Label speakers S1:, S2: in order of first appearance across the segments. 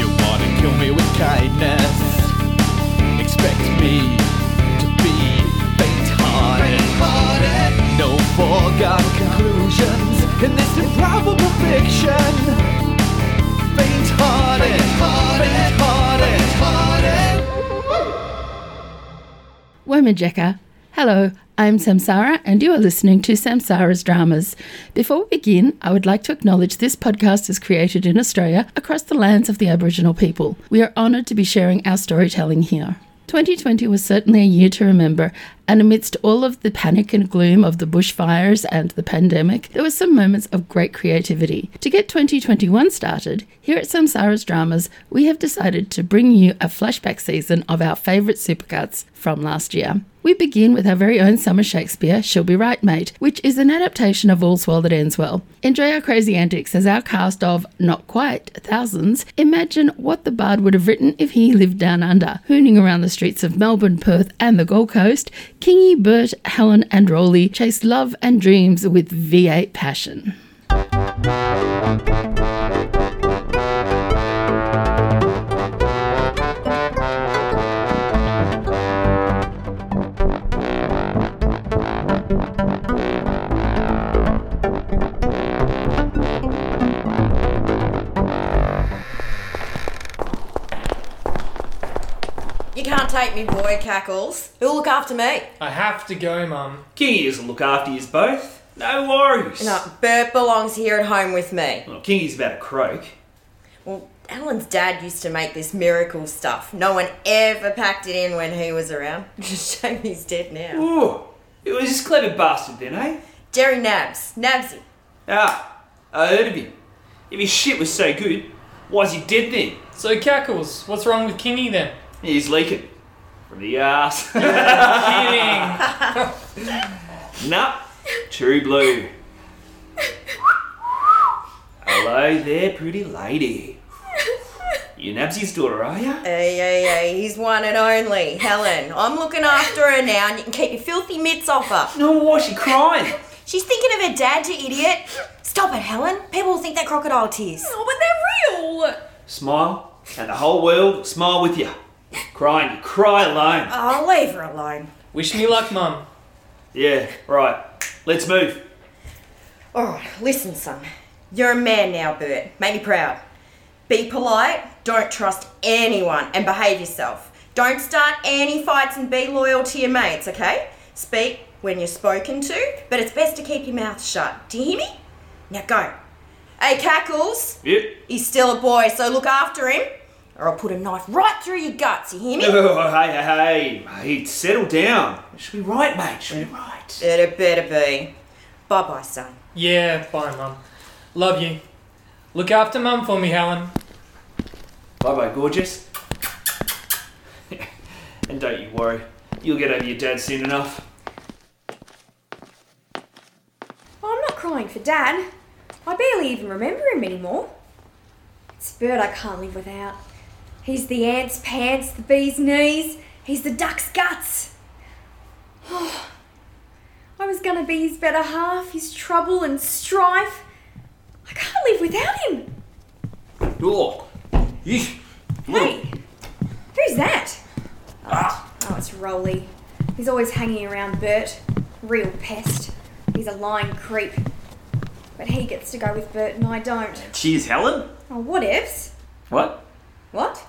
S1: You wanna kill me with kindness? Expect me to be faint-hearted. No foregone conclusions in this improbable fiction. Faint-hearted, faint-hearted,
S2: Womajeka. Hello, I'm Samsara, and you are listening to Samsara's Dramas. Before we begin, I would like to acknowledge this podcast is created in Australia across the lands of the Aboriginal people. We are honoured to be sharing our storytelling here. 2020 was certainly a year to remember, and amidst all of the panic and gloom of the bushfires and the pandemic, there were some moments of great creativity. To get 2021 started, here at Samsara's Dramas, we have decided to bring you a flashback season of our favourite supercuts from last year. We begin with our very own summer Shakespeare, She'll Be Right Mate, which is an adaptation of All's Well That Ends Well. Enjoy our crazy antics as our cast of not quite thousands imagine what the bard would have written if he lived down under, hooning around the streets of Melbourne, Perth, and the Gold Coast. Kingy, Bert, Helen, and Rowley chase love and dreams with V8 passion.
S3: You can't take me, boy, cackles. Who'll look after me?
S4: I have to go, Mum.
S5: Kingy doesn't look after yous both. No worries.
S3: No, Bert belongs here at home with me.
S5: Well, Kingy's about to croak.
S3: Well, Alan's dad used to make this miracle stuff. No one ever packed it in when he was around. Shame he's dead now.
S5: Ooh, it was this clever bastard then, eh?
S3: Jerry Nabs. Nabsy.
S5: Ah, I heard of him. If his shit was so good, why's he dead then?
S4: So, Cackles, what's wrong with Kingy then?
S5: He's leaking. From the ass.
S4: Kidding.
S5: nah, true blue. Hello there, pretty lady. You Nabsy's daughter, are ya?
S3: Hey, hey, hey, he's one and only. Helen. I'm looking after her now and you can keep your filthy mitts off her.
S5: No, why's she crying?
S3: She's thinking of her dad, you idiot. Stop it, Helen. People will think they're crocodile tears.
S6: Oh, but they're real!
S5: Smile, and the whole world will smile with you. Crying, you cry alone.
S3: Oh, leave her alone.
S4: Wish me luck, Mum.
S5: Yeah, right. Let's move.
S3: All right, listen, son. You're a man now, Bert. Make me proud. Be polite, don't trust anyone, and behave yourself. Don't start any fights and be loyal to your mates, okay? Speak when you're spoken to, but it's best to keep your mouth shut. Do you hear me? Now go. Hey, Cackles,
S5: Yep.
S3: he's still a boy, so look after him, or I'll put a knife right through your guts. You hear me?
S5: Oh, hey, hey, hey, mate, settle down. Should be right, mate. Should be right.
S3: Mm. Better, better be. Bye bye, son.
S4: Yeah, bye, Mum. Love you. Look after Mum for me, Helen.
S5: Bye bye, gorgeous. and don't you worry, you'll get over your dad soon enough.
S6: Well, I'm not crying for Dad. I barely even remember him anymore. It's Bert I can't live without. He's the ant's pants, the bee's knees, he's the duck's guts. I was gonna be his better half, his trouble and strife. I can't live without him.
S5: Look. Yeesh.
S6: Hey, who's that?
S7: Ah,
S6: Oh, it's Rolly. He's always hanging around Bert. Real pest. He's a lying creep. But he gets to go with Bert and I don't.
S7: Cheers, Helen.
S6: Oh, what ifs?
S7: What?
S3: What?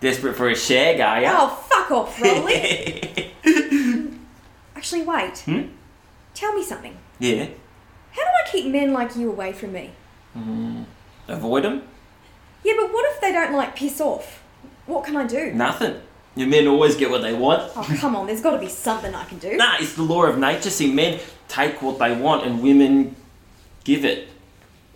S7: Desperate for a shag, are ya?
S6: Oh, fuck off, Rolly. Actually, wait.
S7: Hmm?
S6: Tell me something.
S7: yeah.
S6: How do I keep men like you away from me?
S7: Mm. Avoid them?
S6: Yeah, but what if they don't like piss off? What can I do?
S7: Nothing. Your men always get what they want.
S6: Oh, come on, there's got to be something I can do.
S7: Nah, it's the law of nature. See, men take what they want and women give it.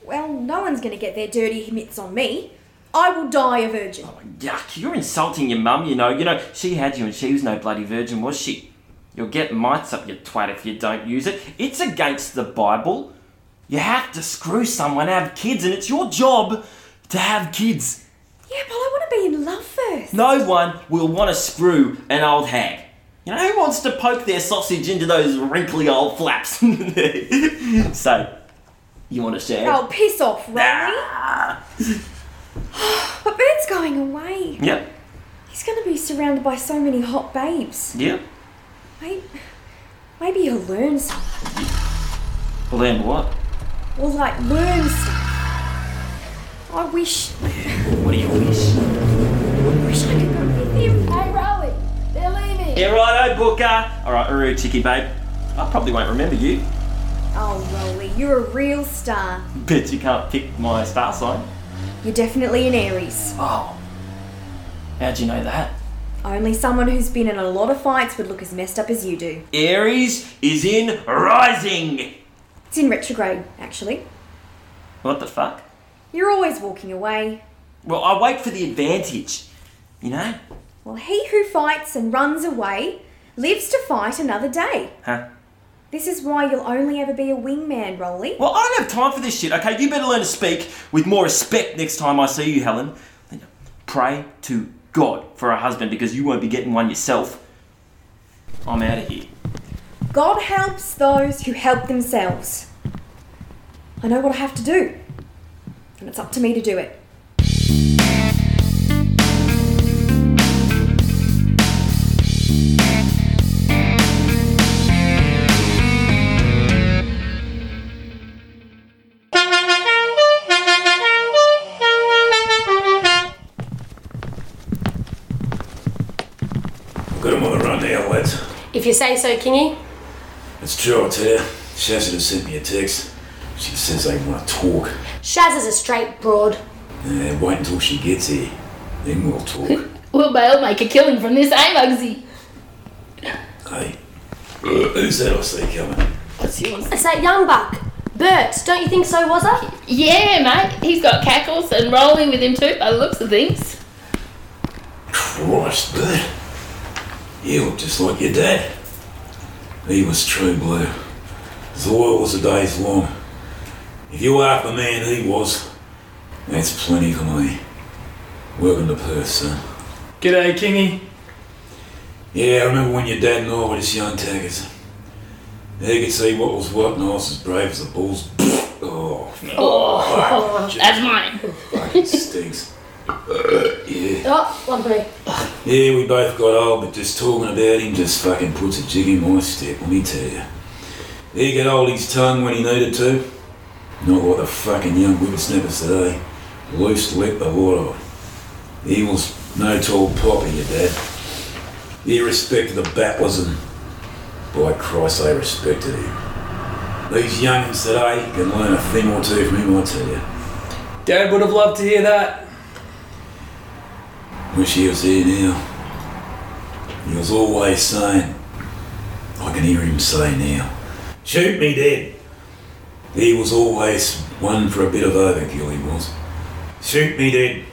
S6: Well, no one's going to get their dirty mitts on me. I will die a virgin.
S7: Yuck, you're insulting your mum, you know. You know, she had you and she was no bloody virgin, was she? You'll get mites up your twat if you don't use it. It's against the Bible. You have to screw someone, have kids, and it's your job to have kids.
S6: Yeah, but I want to be in love first.
S7: No one will want to screw an old hag. You know, who wants to poke their sausage into those wrinkly old flaps? so, You want to share?
S6: Oh, piss off, Rolly. but Bert's going away.
S7: Yep,
S6: He's going to be surrounded by so many hot babes.
S7: yep.
S6: Maybe, maybe he'll learn something.
S7: Learn what?
S6: Or, like, learn stuff. I wish.
S7: What do you wish?
S6: wish I could go with him.
S8: Hey, Rolly, they're leaving.
S7: Yeah, righto, Booker. All right, Uru, cheeky babe. I probably won't remember you.
S6: Oh, Rolly, you're a real star.
S7: Bet you can't pick my star sign.
S6: You're definitely an Aries.
S7: Oh. How'd you know that?
S6: Only someone who's been in a lot of fights would look as messed up as you do.
S7: Aries is in rising.
S6: It's in retrograde, actually.
S7: What the fuck?
S6: You're always walking away.
S7: Well, I wait for the advantage. You know?
S6: Well, he who fights and runs away lives to fight another day.
S7: Huh?
S6: This is why you'll only ever be a wingman, Rolly.
S7: Well, I don't have time for this shit, okay? You better learn to speak with more respect next time I see you, Helen. Pray to God for a husband because you won't be getting one yourself. I'm out of here.
S6: God helps those who help themselves. I know what I have to do, and it's up to me to do it.
S9: Got him on the run now, lads.
S10: If you say so, Kingy.
S9: It's true, I tell you. Shaz should have sent me a text. She says they want to talk.
S10: Shaz is a straight broad.
S9: Yeah, wait until she gets here. Then we'll talk.
S10: We'll both make a killing from this, eh, Mugsy?
S9: hey. Who's that I see coming?
S10: It's that young buck. Bert, don't you think so, was I?
S8: Yeah, mate. He's got cackles and rolling with him too, by the looks of things.
S9: Christ, Bert. You look just like your dad. He was true blue. As loyal as the days long. If you were half the man he was, that's plenty for me. Welcome to Perth, son.
S4: G'day, Kingy.
S9: Yeah, I remember when your dad and I were just young taggers. They could see what was what, and I was as brave as the bulls. oh,
S8: That's mine.
S9: fucking stinks. yeah.
S10: Oh, one three.
S9: Yeah, we both got old, but just talking about him just fucking puts a jig in my step, let me tell you. He could hold his tongue when he needed to. Not like the fucking young whippersnappers today. Loose lip the lot of it. He was no tall poppy, your dad. He respected the battlers and by Christ they respected him. These young'uns today can learn a thing or two from him, I tell you.
S4: Dad would have loved to hear that.
S9: Wish he was here now. He was always saying, I can hear him say now, shoot me dead. He was always one for a bit of overkill, he was. Shoot me dead.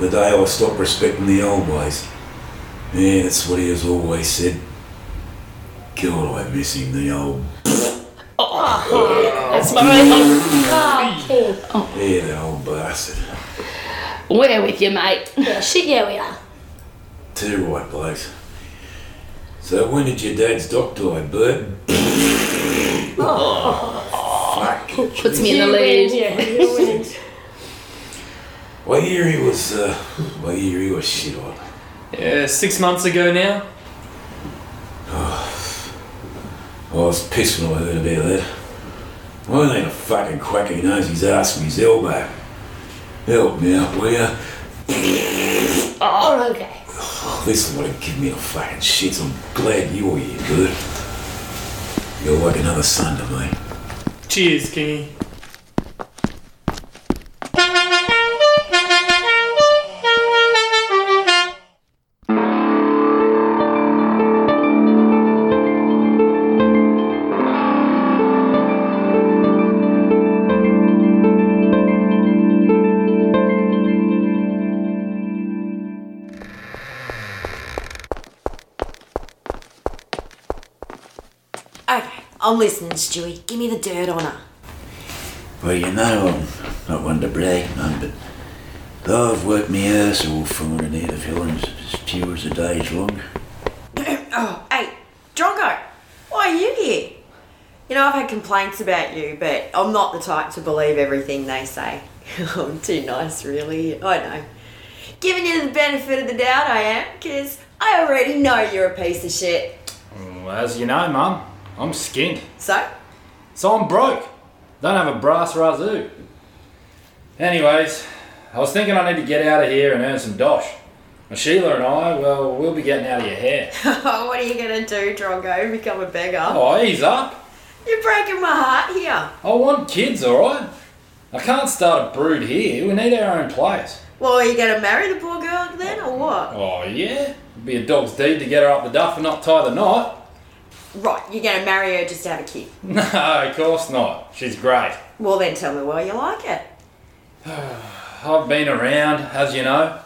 S9: The day I stopped respecting the old ways. Yeah, that's what he has always said. God, I miss him, the old.
S8: Oh. That's mine.
S10: Oh, King.
S9: Yeah, the old bastard.
S8: We're with you, mate.
S10: Yeah, shit, yeah, we are.
S9: Too right, blokes. So when did your dad's doc die, Bert?
S4: Oh.
S9: Fuck.
S8: Puts me in the lead.
S10: Yeah, you win.
S9: What year he was, uh, what year he was shit on.
S4: Yeah, six months ago now.
S9: I was pissed when I heard about that. I ain't a fucking quack who knows his ass from his elbow. Help me out, will ya?
S10: Oh, okay.
S9: This is what it give me the fucking shits. I'm glad you're here, dude. You're like another son to me.
S4: Cheers, Kingy.
S3: Okay, I'm listening, Stewie. Give me the dirt on her.
S9: Well, you know, I'm not one to brag none, but though I've worked my ass off for an eight of Helen's as few as a day's long.
S3: Oh, hey, Drongo, why are you here? You know, I've had complaints about you, but I'm not the type to believe everything they say. I'm too nice, really. I know. Giving you the benefit of the doubt, I am, because I already know you're a piece of shit.
S11: Well, as you know, Mum, I'm skint.
S3: So?
S11: So I'm broke. Don't have a brass razoo. Anyways, I was thinking I need to get out of here and earn some dosh. And Sheila and I, well, we'll be getting out of your hair.
S3: what are you gonna do, Drongo? Become a beggar?
S11: Oh, ease up.
S3: You're breaking my heart here.
S11: I want kids, alright? I can't start a brood here. We need our own place.
S3: Well, are you gonna marry the poor girl then, or what?
S11: Oh, yeah? It'd be a dog's deed to get her up the duff and not tie the knot.
S3: Right, you're gonna marry her just to have a kid.
S11: No, of course not. She's great.
S3: Well, then tell me why you like it.
S11: I've been around, as you know.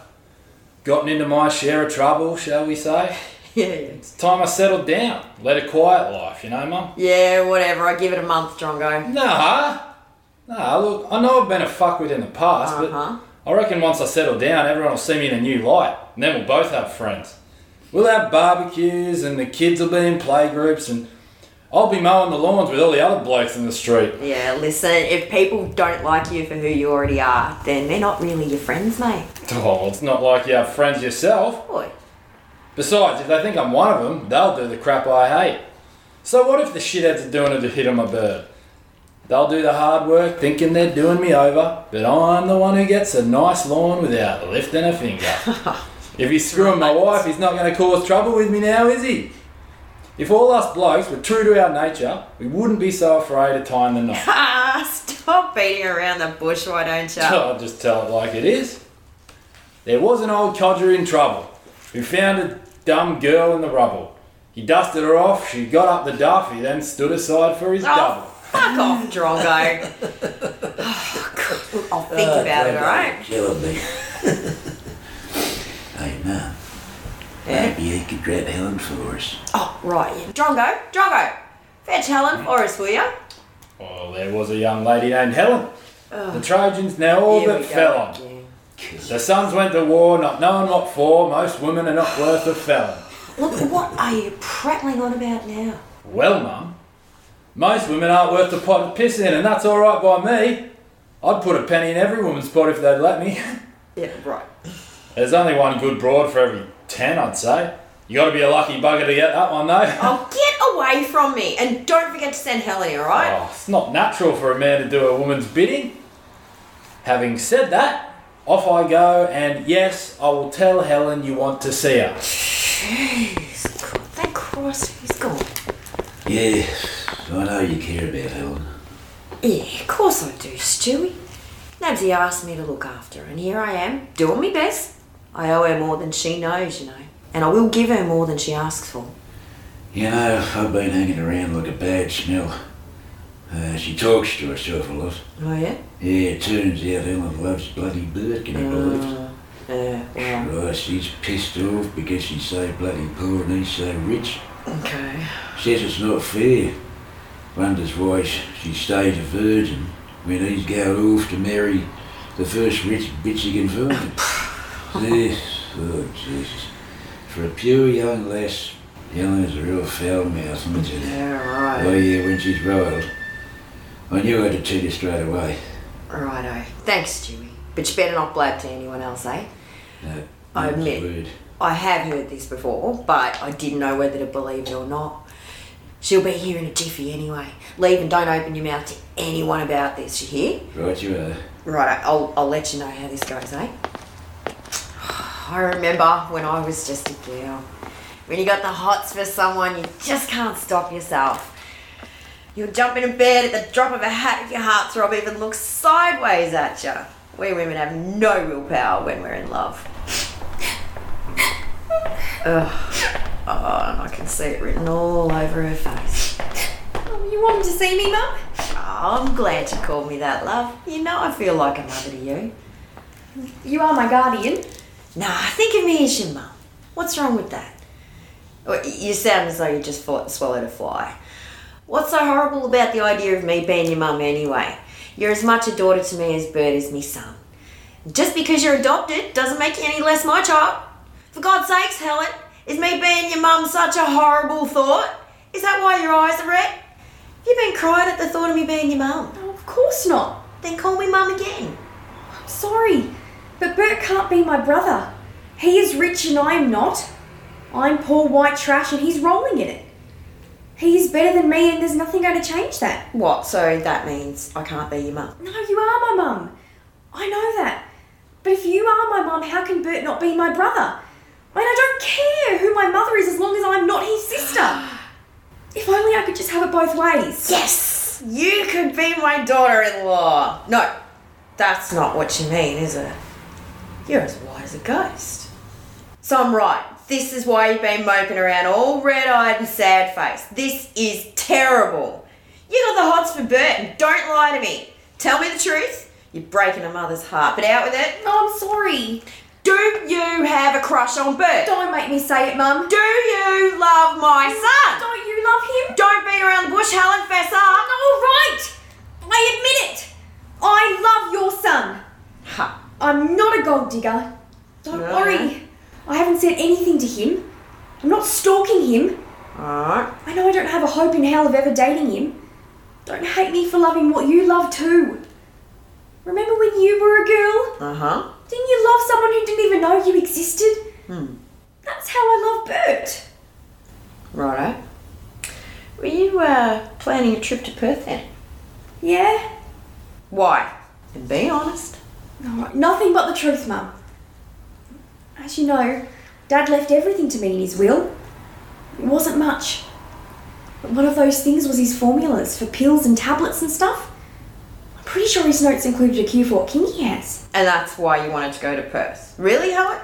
S11: Gotten into my share of trouble, shall we say.
S3: Yeah, yeah.
S11: It's time I settled down. Led a quiet life, you know, Mum?
S3: Yeah, whatever. I give it a month, Drongo.
S11: Nah. Nah, look, I know I've been a fuckwit in the past, but I reckon once I settle down, everyone will see me in a new light, and then we'll both have friends. We'll have barbecues, and the kids will be in playgroups, and I'll be mowing the lawns with all the other blokes in the street.
S3: Yeah, listen, if people don't like you for who you already are, then they're not really your friends, mate.
S11: Oh, it's not like you have friends yourself.
S3: Boy.
S11: Besides, if they think I'm one of them, they'll do the crap I hate. So what if the shitheads are doing it to hit on my bird? They'll do the hard work thinking they're doing me over, but I'm the one who gets a nice lawn without lifting a finger. if he's screwing my wife, he's not going to cause trouble with me now, is he? If all us blokes were true to our nature, we wouldn't be so afraid of tying the knot.
S3: Ah, stop beating around the bush, why don't you?
S11: I'll just tell it like it is. There was an old codger in trouble who found a dumb girl in the rubble. He dusted her off, she got up the duff, he then stood aside for
S3: Oh.
S11: his double.
S3: Fuck off, Drongo. I'll think
S11: Oh,
S3: about it,
S11: Drongo.
S3: alright?
S9: Killing me. hey, Mum.
S3: Eh?
S9: Maybe you could grab Helen for us.
S3: Oh, right, yeah. Drongo, Drongo, fetch Helen
S11: Mm.
S3: for us, will ya?
S11: Well, Oh, there was a young lady named Helen. The
S3: Ugh.
S11: Trojans now all
S3: Oh. Here
S11: but
S3: we go
S11: fell on. The sons went to war, not knowing what for. Most women are not worth a felon.
S3: Look, what are you prattling on about now?
S11: Well, mum, most women aren't worth a pot of piss in, and that's all right by me. I'd put a penny in every woman's pot if they'd let me.
S3: Yeah, right.
S11: There's only one good broad for every ten, I'd say. You got to be a lucky bugger to get that one though.
S3: Oh, get away from me and don't forget to send Helen here, alright?
S11: Oh, it's not natural for a man to do a woman's bidding. Having said that, off I go, and yes, I will tell Helen you want to see her.
S3: Jeez, God, thank Christ he's gone.
S9: Yeah, I know you care about Helen.
S3: Yeah, of course I do, Stewie. Nobody asked me to look after her, and here I am, doing my best. I owe her more than she knows, you know, and I will give her more than she asks for.
S9: You know, I've been hanging around like a bad smell. Uh, she talks to herself a lot.
S3: Oh, yeah? Oh,
S9: Yeah, it turns out Helen loves bloody Bert, can you believe it?
S3: Yeah, well,
S9: Right, she's pissed off because she's so bloody poor and he's so rich.
S3: okay.
S9: Says it's not fair. Wonders why sh- she stays a virgin when he's going off to marry the first rich bitch he can find. Yes, oh Jesus. For a pure young lass, Helen's a real foul mouth, isn't she?
S3: Yeah, right.
S9: Oh yeah, when she's riled. I knew I had to tell you straight away.
S3: Righto. Thanks, Stewie. But you better not blab to anyone else, eh?
S9: No,
S3: I
S9: not a
S3: admit.
S9: word.
S3: I have heard this before, but I didn't know whether to believe it or not. She'll be here in a jiffy anyway. Leave and don't open your mouth to anyone about this, you hear?
S9: Right you are.
S3: Right, I'll, I'll let you know how this goes, eh? I remember when I was just a girl. When you got the hots for someone, you just can't stop yourself. You'll jump into bed at the drop of a hat if your heartthrob even looks sideways at you. We women have no willpower when we're in love. Ugh. Oh, and I can see it written all over her face.
S6: Oh, you wanted to see me, Mum?
S3: Oh, I'm glad you called me that, love. You know I feel like a mother to you.
S6: You are my guardian.
S3: Nah, think of me as your mum. What's wrong with that? Well, y- You sound as though you just fought, swallowed a fly. What's so horrible about the idea of me being your mum anyway? You're as much a daughter to me as Bert is me son. Just because you're adopted doesn't make you any less my child. For God's sakes, Helen, is me being your mum such a horrible thought? Is that why your eyes are red? Have you been cried at the thought of me being your mum.
S6: No, of course not.
S3: Then call me mum again.
S6: I'm sorry, but Bert can't be my brother. He is rich and I am not. I'm poor white trash and he's rolling in it. He is better than me and there's nothing going to change that.
S3: What? So that means I can't be your mum.
S6: No, you are my mum. I know that. But if you are my mum, how can Bert not be my brother? I mean, I don't care who my mother is as long as I'm not his sister. if only I could just have it both ways.
S3: Yes! You could be my daughter in law. No, that's not what you mean, is it? You're as wise as a ghost. So I'm right. This is why you've been moping around all red eyed and sad faced. This is terrible. You got the hots for Bert and don't lie to me. Tell me the truth. You're breaking a mother's heart, but out with it.
S6: No, I'm sorry.
S3: Do you have a crush on Bert?
S6: Don't make me say it, Mum.
S3: Do you love my son?
S6: Don't you love him?
S3: Don't beat around the bush, Helen, fess up.
S6: All right. I admit it. I love your son.
S3: Ha.
S6: I'm not a gold digger. Don't
S3: No.
S6: worry. I haven't said anything to him. I'm not stalking him.
S3: Alright.
S6: I know I don't have a hope in hell of ever dating him. Don't hate me for loving what you love too. Remember when you were a girl?
S3: Uh huh.
S6: Didn't you love someone who didn't even know you existed?
S3: Hmm.
S6: That's how I love Bert.
S3: Righto. Were you uh, planning a trip to Perth then?
S6: Yeah?
S3: Why? And be honest.
S6: Alright, nothing but the truth, Mum. As you know, Dad left everything to me in his will. It wasn't much. But one of those things was his formulas for pills and tablets and stuff. I'm pretty sure his notes included a cure for what Kingy has.
S3: And that's why you wanted to go to Perth. Really, Helen?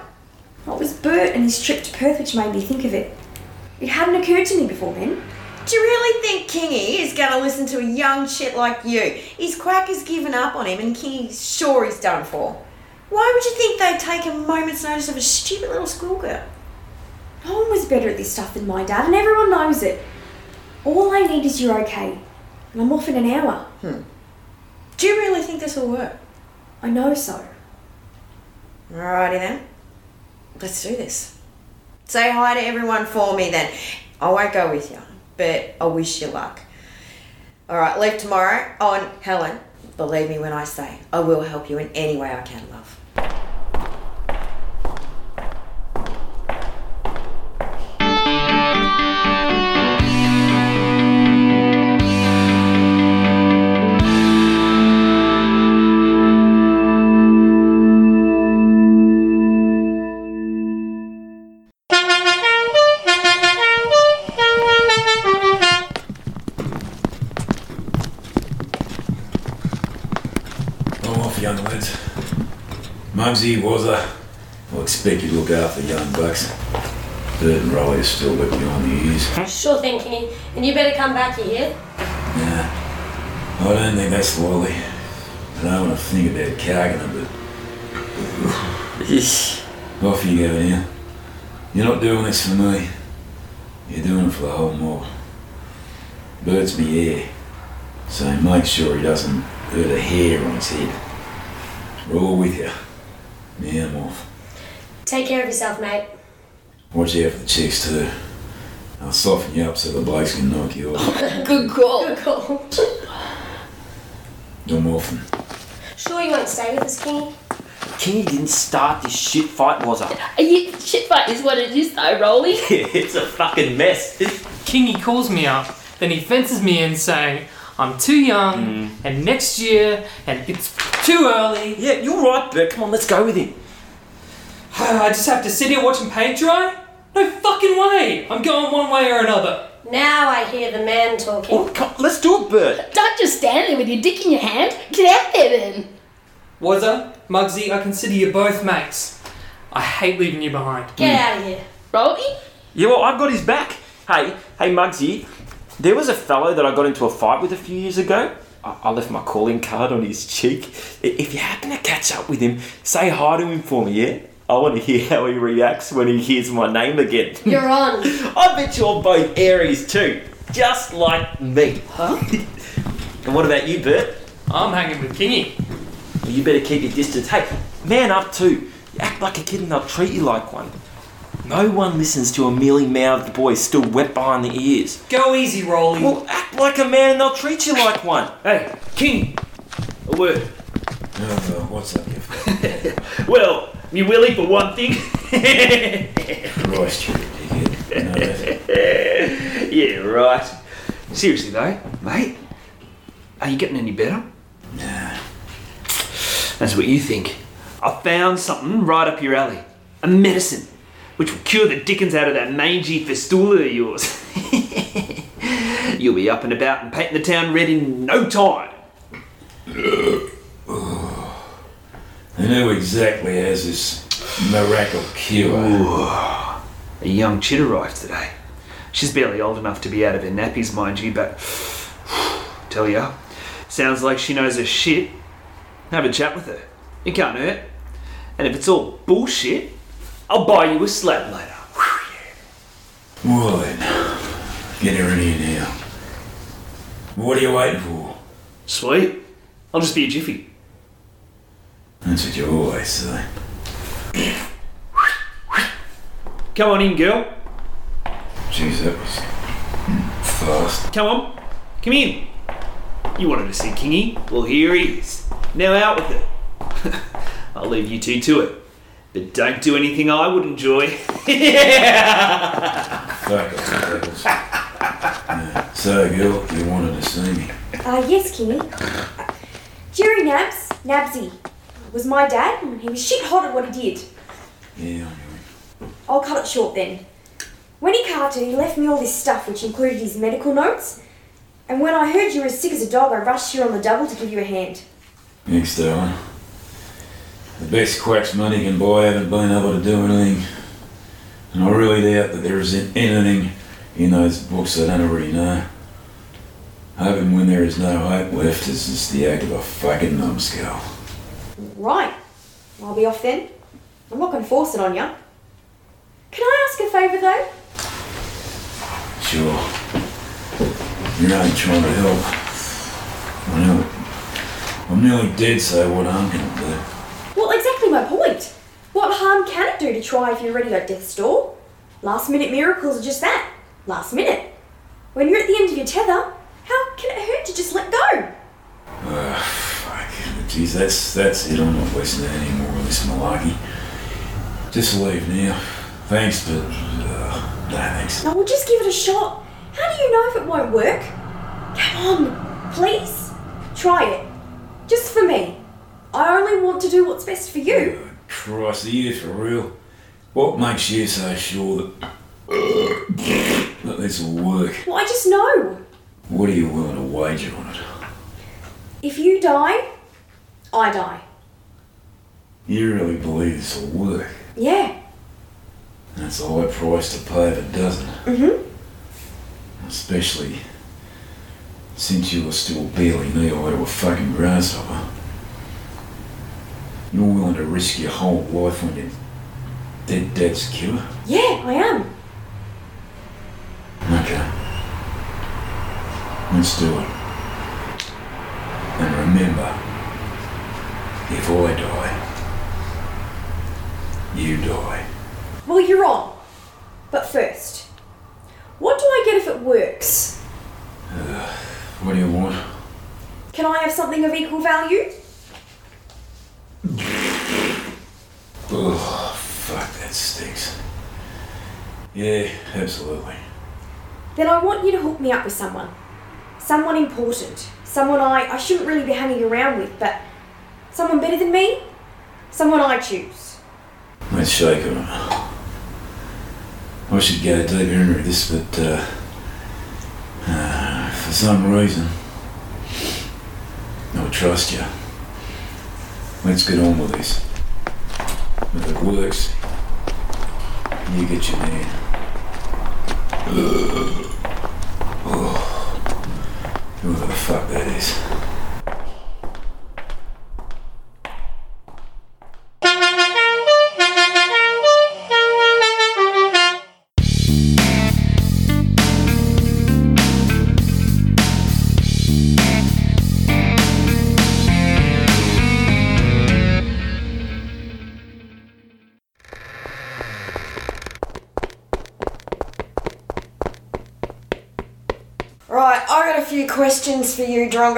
S6: It was Bert and his trip to Perth which made me think of it. It hadn't occurred to me before then.
S3: Do you really think Kingy is going to listen to a young shit like you? His quack has given up on him and Kingy's sure he's done for. Why would you think they'd take a moment's notice of a stupid little schoolgirl?
S6: No one was better at this stuff than my dad, and everyone knows it. All I need is you're okay, and I'm off in an hour.
S3: Hmm, Do you really think this will work?
S6: I know so.
S3: Alrighty then. Let's do this. Say hi to everyone for me then. I won't go with you, but I wish you luck. Alright, leave tomorrow on Helen. Believe me when I say, I will help you in any way I can, love.
S9: I'm off, young lads. Muggsy, Wazza, I expect you to look after young bucks. Bert and Rolly are still with me on the ears.
S10: Sure thing, Kingy. And you better come back here.
S9: I don't think that's likely. I don't want to think about carging them, but. Off you go now. You're not doing this for me. You're doing it for the whole mob. Bird's me heir, so make sure he doesn't hurt a hair on his head. We're all with you. Now I'm off.
S10: Take care of yourself, mate.
S9: Watch out for the chicks too. I'll soften you up so the blokes can knock you off.
S8: Good call.
S10: Good call.
S9: I'm off.
S10: Sure you won't stay with us, Kingy?
S7: Kingy didn't start this shit fight, was I?
S8: Are you, shit fight is what it is though, Rolly.
S7: it's a fucking mess.
S4: Kingy calls me up, then he fences me in saying, I'm too young,
S7: Mm.
S4: and next year, and it's too early.
S7: Yeah, you're right, Bert. Come on, let's go with him.
S4: I just have to sit here watching paint dry? No fucking way! I'm going one way or another.
S10: Now I hear the man talking.
S7: Oh, come, let's do it, Bert.
S8: Don't just stand there with your dick in your hand. Get out there then.
S4: Wazza, Muggsy, I consider you both mates. I hate leaving you behind.
S10: Get out of here.
S8: Rolly?
S7: Yeah, well, I've got his back. Hey, hey, Muggsy, there was a fellow that I got into a fight with a few years ago. I, I left my calling card on his cheek. I- If you happen to catch up with him, say hi to him for me, yeah? I want to hear how he reacts when he hears my name again.
S10: You're on.
S7: I bet you're both Aries too, just like me. Huh? and what about you, Bert?
S4: I'm hanging with Kingy.
S7: Well, you better keep your distance. Hey, man up too. You act like a kid and they'll treat you like one. No one listens to a mealy mouthed boy still wet behind the ears.
S5: Go easy, Rolly.
S7: Well, act like a man and they'll treat you like one.
S5: Hey, King, a word.
S9: Uh, what's up, you
S5: well, me Willie for one thing.
S9: Christ, you
S5: dickhead. yeah, right. Seriously though, mate, are you getting any better?
S9: Nah.
S5: That's what you think. I found something right up your alley. A medicine, which will cure the dickens out of that mangy fistula of yours. You'll be up and about and painting the town red in no time.
S9: And who exactly has this miracle cure?
S5: A young chit arrived today. She's barely old enough to be out of her nappies, mind you, but tell ya, sounds like she knows her shit. Have a chat with her. It can't hurt. And if it's all bullshit, I'll buy you a slab later.
S9: Well then, get her in here now. What are you waiting for?
S5: Sweet. I'll just be a jiffy.
S9: That's what you always say.
S5: Come on in, girl.
S9: Jeez, that was fast.
S5: Come on. Come in. You wanted to see Kingy? Well, here he is. Now out with it. I'll leave you two to it. But don't do anything I would enjoy.
S9: Fuck off, Freckles. Yeah. So, girl, you wanted to see me.
S6: Uh, yes, Kimmy. Jerry Nabs, Nabsy, was my dad, and he was shit hot at what he did.
S9: Yeah,
S6: I'll cut it short then. When he carted, he left me all this stuff, which included his medical notes. And when I heard you were as sick as a dog, I rushed here on the double to give you a hand.
S9: Thanks, darling. The best quacks money can buy haven't been able to do anything. And I really doubt that there is anything in those books I don't already know. Hoping when there is no hope left is just the act of a fucking numbskull.
S6: Right. I'll be off then. I'm not going to force it on you. Can I ask a favour though?
S9: Sure. You're not trying to help. I know. I'm nearly dead, so what harm can it do?
S6: Well, exactly my point. What harm can it do to try if you're already at death's door? Last minute miracles are just that. Last minute. When you're at the end of your tether, how can it hurt to just let go?
S9: Uh, fuck. Jeez, that's that's it. I'm not wasting any more of this malarkey. Just leave now. Thanks, but uh, nah, thanks.
S6: No, we'll just give it a shot. How do you know if it won't work? Come on, please. Try it. Just for me. I only want to do what's best for you.
S9: Christ, are you for real? What makes you so sure that that this will work?
S6: Well, I just know.
S9: What are you willing to wager on it?
S6: If you die, I die.
S9: You really believe this will work?
S6: Yeah.
S9: That's a high price to pay if it doesn't.
S6: Mm hmm.
S9: Especially since you were still barely knee high to a fucking grasshopper. You're willing to risk your whole life on your dead dad's killer?
S6: Yeah, I am.
S9: Okay. Let's do it. And remember, if I die, you die.
S6: Well, you're on. But first, what do I get if it works?
S9: What do you want?
S6: Can I have something of equal value?
S9: Ugh, fuck, that stinks. Yeah, absolutely.
S6: Then I want you to hook me up with someone. Someone important. Someone I, I shouldn't really be hanging around with, but someone better than me? Someone I choose.
S9: Let's shake on it. I should go deeper into this, but uh, uh, for some reason, I trust you. Let's get on with this. If it works, you get your man. Ugh. Oh, whoever the fuck that is.
S3: few questions for you, Drongo.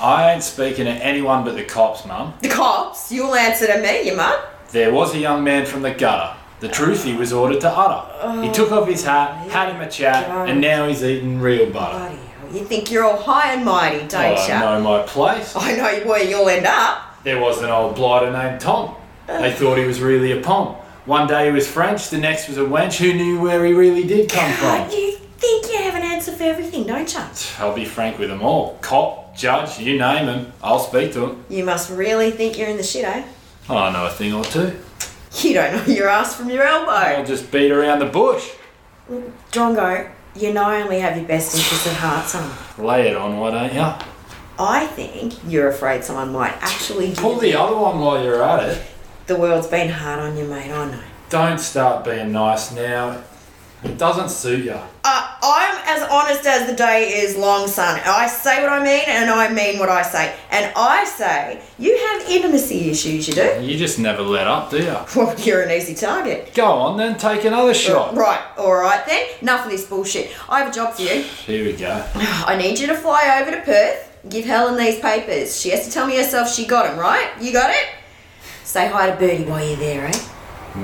S11: I ain't speaking to anyone but the cops, Mum.
S3: The cops? You'll answer to me, you mum.
S11: There was a young man from the gutter. The truth he was ordered to utter.
S3: Oh,
S11: he took off his hat, had him a chat, and now he's eating real butter. Oh,
S3: You think you're all high and mighty, don't
S11: I
S3: you?
S11: know my place.
S3: I know where you'll end up.
S11: There was an old blighter named Tom. They thought he was really a pom. One day he was French, the next was a wench. Who knew where he really did come from?
S3: You think you have an answer for everything, don't you?
S11: I'll be frank with them all. Cop, judge, you name him. I'll speak to him.
S3: You must really think you're in the shit, eh?
S11: I know a thing or two.
S3: You don't know your ass from your elbow.
S11: I'll just beat around the bush.
S3: Drongo, you know I only have your best interests at heart, son.
S11: Lay it on, why don't ya?
S3: I think you're afraid someone might actually give
S11: Pull the
S3: you-
S11: other one while you're at it.
S3: The world's been hard on you, mate, I know.
S11: Don't start being nice now. It doesn't suit ya.
S3: Uh, I'm as honest as the day is long, son. I say what I mean and I mean what I say. And I say you have intimacy issues, you do.
S11: You just never let up, do ya?
S3: Well, you're an easy target.
S11: Go on then, take another shot.
S3: Right, alright then. Enough of this bullshit. I have a job for you.
S11: Here we go.
S3: I need you to fly over to Perth, give Helen these papers. She has to tell me herself she got them, right? You got it? Say hi to Bertie while you're there, eh?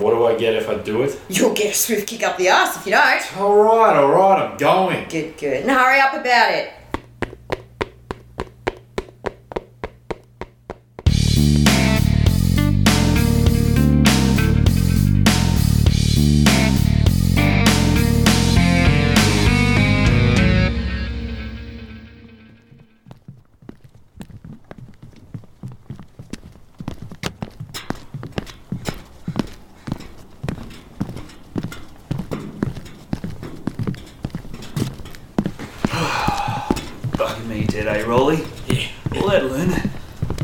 S11: What do I get if I do it?
S3: You'll get a swift kick up the ass if you don't.
S11: Alright, alright, I'm going.
S3: Good, good. And hurry up about it.
S5: Fucking me dead, eh, Rolly? Yeah. Let alone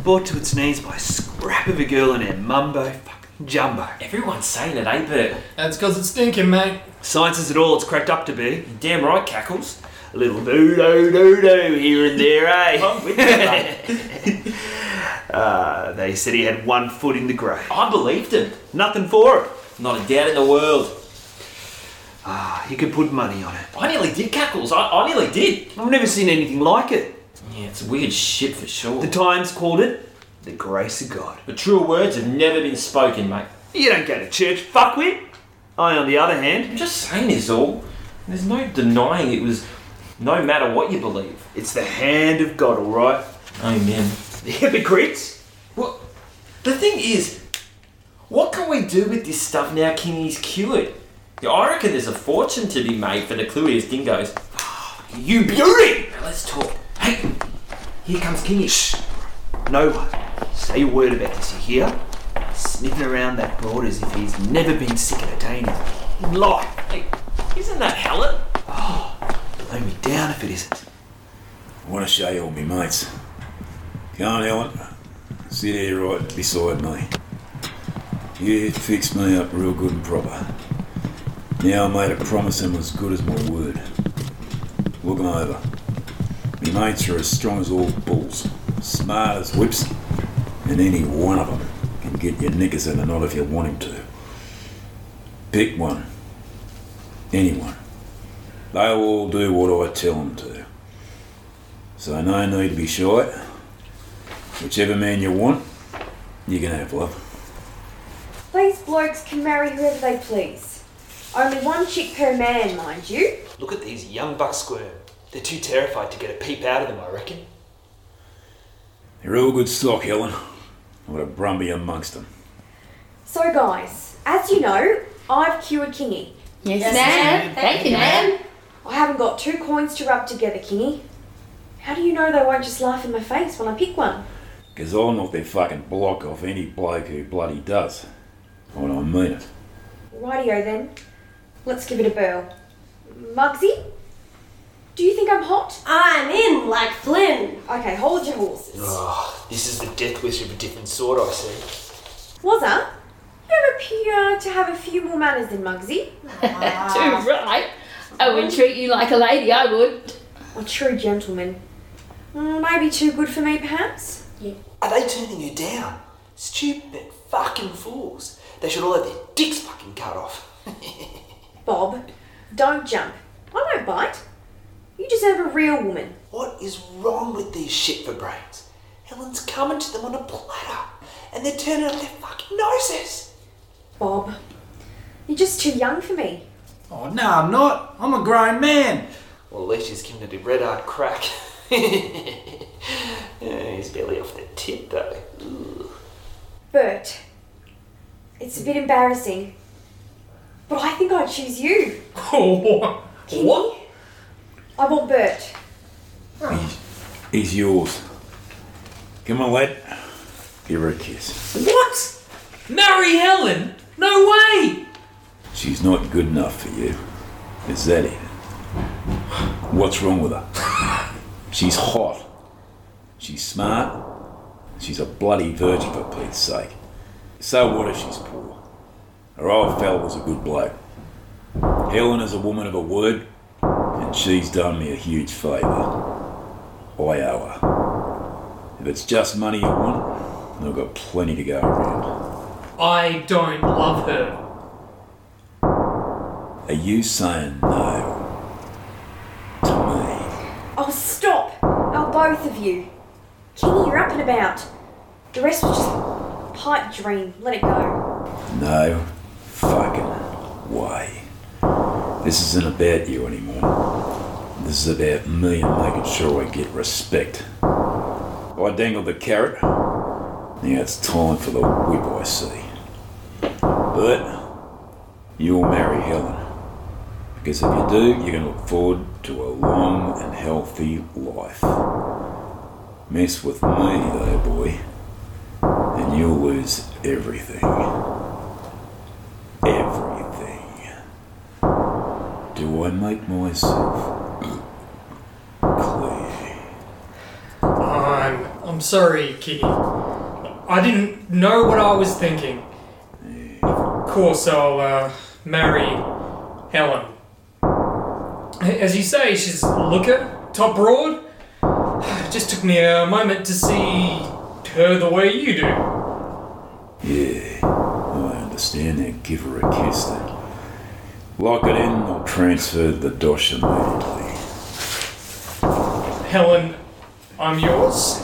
S5: brought to its knees by a scrap of a girl and her mumbo fucking jumbo.
S7: Everyone's saying it, eh, Bert?
S4: That's because it's stinking, mate.
S5: Science is it all it's cracked up to be.
S7: Damn right, Cackles.
S5: A little doo-doo doo-doo here and there, eh? uh, they said he had one foot in the grave.
S7: I believed him.
S5: Nothing for it.
S7: Not a doubt in the world.
S5: Ah, you could put money on it.
S7: I nearly did, Cackles. I, I nearly did.
S5: I've never seen anything like it.
S7: Yeah, it's weird shit for sure.
S5: The Times called it the grace of God.
S7: The true words have never been spoken, mate.
S5: You don't go to church, fuckwit. I, on the other hand,
S7: I'm just saying is all. There's no denying it was no matter what you believe.
S5: it's the hand of God, all right?
S7: Amen.
S5: The hypocrites?
S7: Well, the thing is, what can we do with this stuff now Kingy's cured? Yeah, I reckon there's a fortune to be made for the clueless dingoes.
S5: You beauty!
S7: Now let's talk. Hey, here comes Kingy. Shh.
S5: No one. Say a word about this, you hear? Sniffing around that broad as if he's never been sick at a day in his life.
S7: Hey, isn't that Helen?
S5: Blow me down if it isn't.
S9: I want to show you all my mates. Come on, Ellen. Sit here right beside me. You fixed me up real good and proper. Now I made a promise and was good as my word. Look 'em over. My mates are as strong as all bulls, smart as whips, and any one of 'em can get your knickers in a knot if you want him to. Pick one. Anyone. They'll all do what I tell 'em to. So no need to be shy. Whichever man you want, you can have love.
S6: These blokes can marry whoever they please. Only one chick per man, mind you.
S5: Look at these young bucks squirm. They're too terrified to get a peep out of them, I reckon.
S9: You're all good stock, Helen. What a brumby amongst them.
S6: So, guys, as you know, I've cured Kingy.
S8: Yes, ma'am. Thank you, ma'am.
S6: I haven't got two coins to rub together, Kingy. How do you know they won't just laugh in my face when I pick one?
S9: 'Cause I'll knock their fucking block off any bloke who bloody does. And I mean it.
S6: Rightio then. Let's give it a burl. Mugsy, do you think I'm hot?
S10: I'm in like Flynn.
S6: Okay, hold your horses.
S5: Oh, this is the death wish of a different sort, I see.
S6: Was I? You appear to have a few more manners than Mugsy.
S8: Too right. I would treat you like a lady, I would.
S6: A true gentleman. Mm, Maybe too good for me, perhaps?
S5: Are they turning you down? Stupid fucking fools. They should all have their dicks fucking cut off.
S6: Bob, don't jump. I won't bite. You deserve a real woman.
S12: What is wrong with these shit for brains? Helen's coming to them on a platter, and they're turning up their fucking noses.
S6: Bob, you're just too young for me.
S11: Oh, no, I'm not. I'm a grown man.
S12: Well, at least she's given it a red hard crack. Yeah, he's barely off the tip, though. Ooh.
S6: Bert, it's a bit embarrassing, but I think I'd choose you.
S4: what?
S6: What? I want Bert.
S9: He's yours. Come on, lad. Give her a kiss.
S4: What? Marry Helen? No way!
S9: She's not good enough for you. Is that it? What's wrong with her? She's hot. She's smart. She's a bloody virgin, for Pete's sake. So what if she's poor? Her old fella was a good bloke. Helen is a woman of her word, and she's done me a huge favour. I owe her. If it's just money you want, then I've got plenty to go around.
S4: I don't love her.
S9: Are you saying no?
S6: Oh, stop! Oh, both of you. Kingy, you're up and about. The rest was just a pipe dream. Let it go.
S9: No fucking way. This isn't about you anymore. This is about me and making sure I get respect. I dangled the carrot. Now it's time for the whip I see. But you'll marry Helen. Because if you do, you're going to look forward to a long and healthy life. Mess with me, though, boy, and you'll lose everything. Everything. Do I make myself clear?
S4: I'm, I'm sorry, Kitty. I didn't know what I was thinking. Of course, I'll uh, marry Helen. As you say, she's a looker, top broad. Just took me a moment to see her the way you do.
S9: Yeah, I understand that. Give her a kiss then. Lock it in, I'll transfer the dosh immediately.
S4: Helen, I'm yours.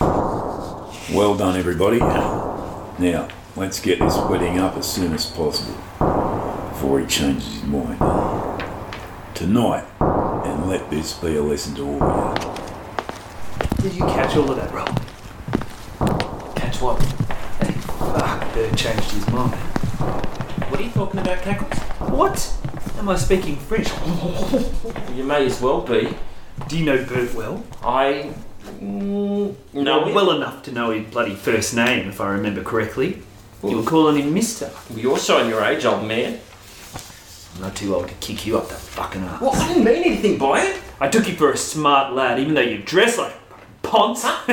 S9: Well done, everybody. Now, let's get this wedding up as soon as possible before he changes his mind. Tonight, and let this be a lesson to all of you.
S5: Did you catch all of that, Rob? Catch what? Hey, fuck, Bird changed his mind. What are you talking about, Cackles? What? Am I speaking French?
S7: You may as well be.
S5: Do you know Bert well?
S7: I. mm, know
S5: well,
S7: him.
S5: well enough to know his bloody first name, if I remember correctly. You were calling him Mister.
S7: You're showing your age, old man.
S5: I'm not too old to kick you up the fucking ass.
S7: Well, I didn't mean anything by it.
S5: I took you for a smart lad, even though you dress like a fucking ponce.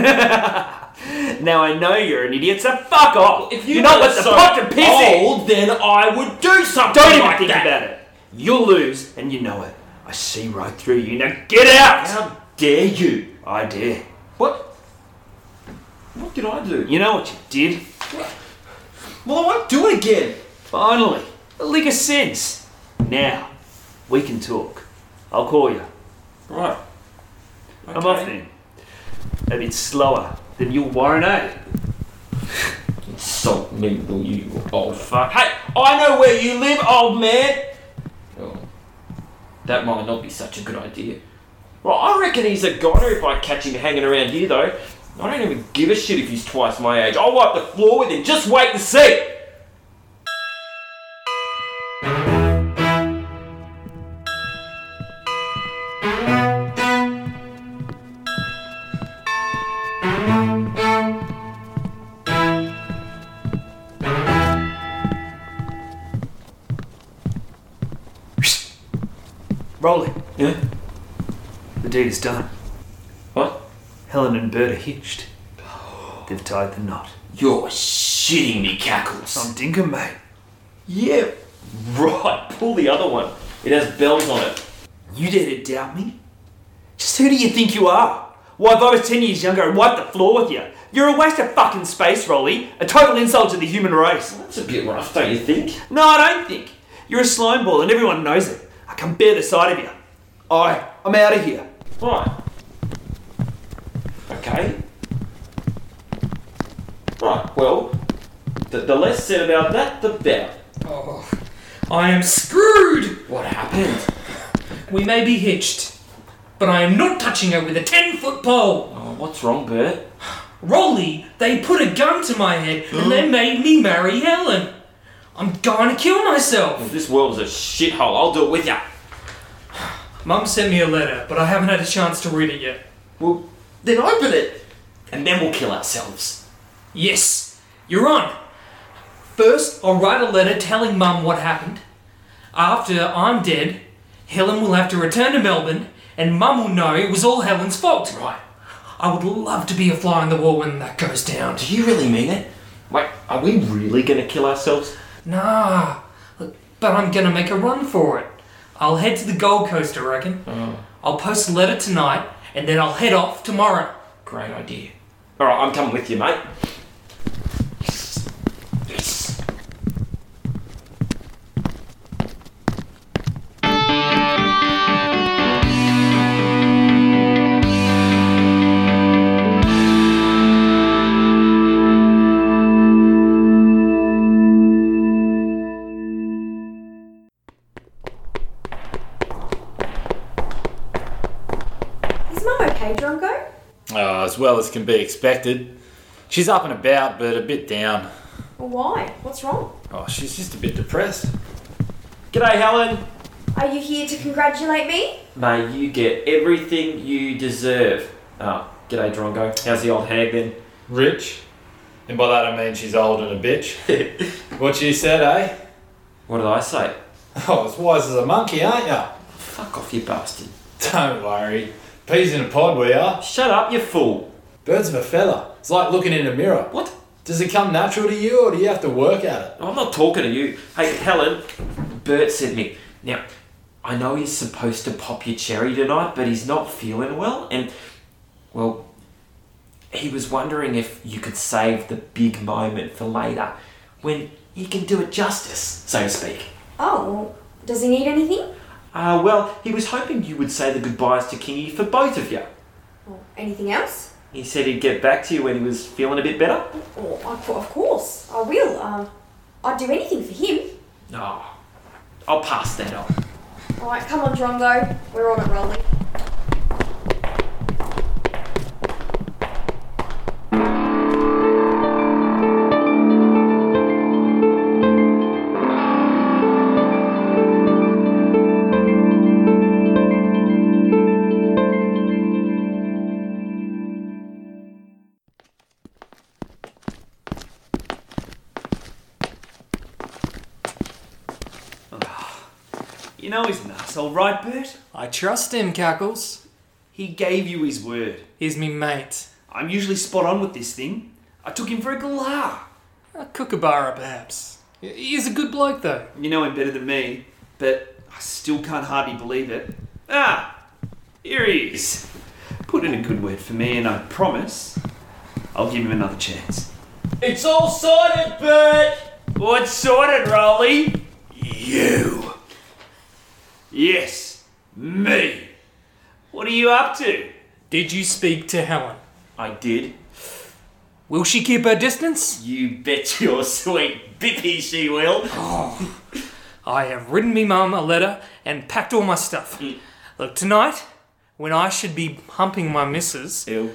S5: now I know you're an idiot, so fuck off.
S7: If you
S5: are not
S7: were
S5: what the
S7: so
S5: fuck to piss
S7: old, then I would do something
S5: Don't even
S7: like
S5: think
S7: that.
S5: about it. You'll lose, and you know it. I see right through you. Now get out.
S7: How dare you?
S5: I dare.
S7: What? What did I do?
S5: You know what you did.
S7: Well, I won't do it again.
S5: Finally, a lick of sense. Now we can talk. I'll call you.
S7: Right.
S5: I'm off then. A bit slower than you'll warrant, eh?
S7: Insult me, will you, you old fuck? Hey, I know where you live, old man. Oh, that might not be such a good idea. Well, I reckon he's a goner if I catch him hanging around here, though. I don't even give a shit if he's twice my age. I'll wipe the floor with him. Just wait and see.
S5: Rolling.
S7: Yeah.
S5: The deed is done.
S7: What?
S5: Helen and Bert are hitched. They've tied the knot.
S7: You're shitting me, cackles.
S5: I'm Dinkum, mate.
S7: Yeah, right. Pull the other one. It has bells on it.
S5: You dare to doubt me? Just who do you think you are? Why, if I was 10 years younger, I'd wipe the floor with you. You're a waste of fucking space, Rolly. A total insult to the human race.
S7: That's a bit rough, don't you think?
S5: No, I don't think. You're a slimeball and everyone knows it. I can bear the sight of you. I, I'm out of here.
S7: Right. Okay. Right, well, the, the less said about that, the better.
S13: Oh, I am screwed!
S7: What happened?
S13: We may be hitched, but I am not touching her with a 10 foot pole!
S7: Oh, what's wrong, Bert?
S13: Rolly, they put a gun to my head and they made me marry Helen! I'm going to kill myself!
S7: If Oh, this world's a shithole, I'll do it with ya.
S13: Mum sent me a letter, but I haven't had a chance to read it yet.
S7: Well, then open it, and then we'll kill ourselves.
S13: Yes, you're on. First, I'll write a letter telling Mum what happened. After I'm dead, Helen will have to return to Melbourne, and Mum will know it was all Helen's fault.
S7: Right.
S13: I would love to be a fly on the wall when that goes down.
S7: Do you really mean it? Wait, are we really gonna kill ourselves?
S13: Nah, look, but I'm gonna make a run for it. I'll head to the Gold Coast, I reckon.
S5: Oh.
S13: I'll post a letter tonight, and then I'll head off tomorrow.
S7: Great idea. Alright, I'm coming with you, mate.
S6: Is Mum okay, Drongo?
S11: Oh, as well as can be expected. She's up and about, but a bit down.
S6: Why? What's wrong?
S11: Oh, she's just a bit depressed.
S7: G'day, Helen.
S6: Are you here to congratulate me?
S7: May you get everything you deserve. Oh, g'day, Drongo. How's the old hag then?
S11: Rich? And by that I mean she's old and a bitch. what you said, eh?
S7: What did I say?
S11: Oh, as wise as a monkey, aren't ya?
S7: Fuck off, you bastard.
S11: Don't worry. Peas in a pod, we are.
S7: Shut up, you fool.
S11: Birds of a feather. It's like looking in a mirror.
S7: What?
S11: Does it come natural to you, or do you have to work at it?
S7: I'm not talking to you. Hey, Helen, Bert sent me. Now, I know he's supposed to pop your cherry tonight, but he's not feeling well, and, well, he was wondering if you could save the big moment for later when you can do it justice, so to speak.
S6: Oh, well, does he need anything?
S7: Uh, well, he was hoping you would say the goodbyes to Kingy for both of you.
S6: Or anything else?
S7: He said he'd get back to you when he was feeling a bit better.
S6: Or, of Oh, of course, I will. Um, I'd do anything for him.
S7: Oh, I'll pass that on.
S6: All right, come on, Drongo. We're on it, Rolly.
S5: You know he's an asshole, right, Bert?
S13: I trust him, Cackles.
S5: He gave you his word.
S13: He's me mate.
S5: I'm usually spot on with this thing. I took him for a galah.
S13: A kookaburra, perhaps. He's a good bloke, though.
S5: You know him better than me, but I still can't hardly believe it. Ah, here he is. Put in a good word for me, and I promise I'll give him another chance.
S7: It's all sorted, Bert!
S5: What's sorted, Rolly? You. Yes, me. What are you up to?
S13: Did you speak to Helen?
S7: I did.
S13: Will she keep her distance?
S7: You bet your sweet bippy she will.
S13: Oh, I have written me mum a letter and packed all my stuff.
S7: Mm.
S13: Look, tonight, when I should be humping my missus,
S7: Ew.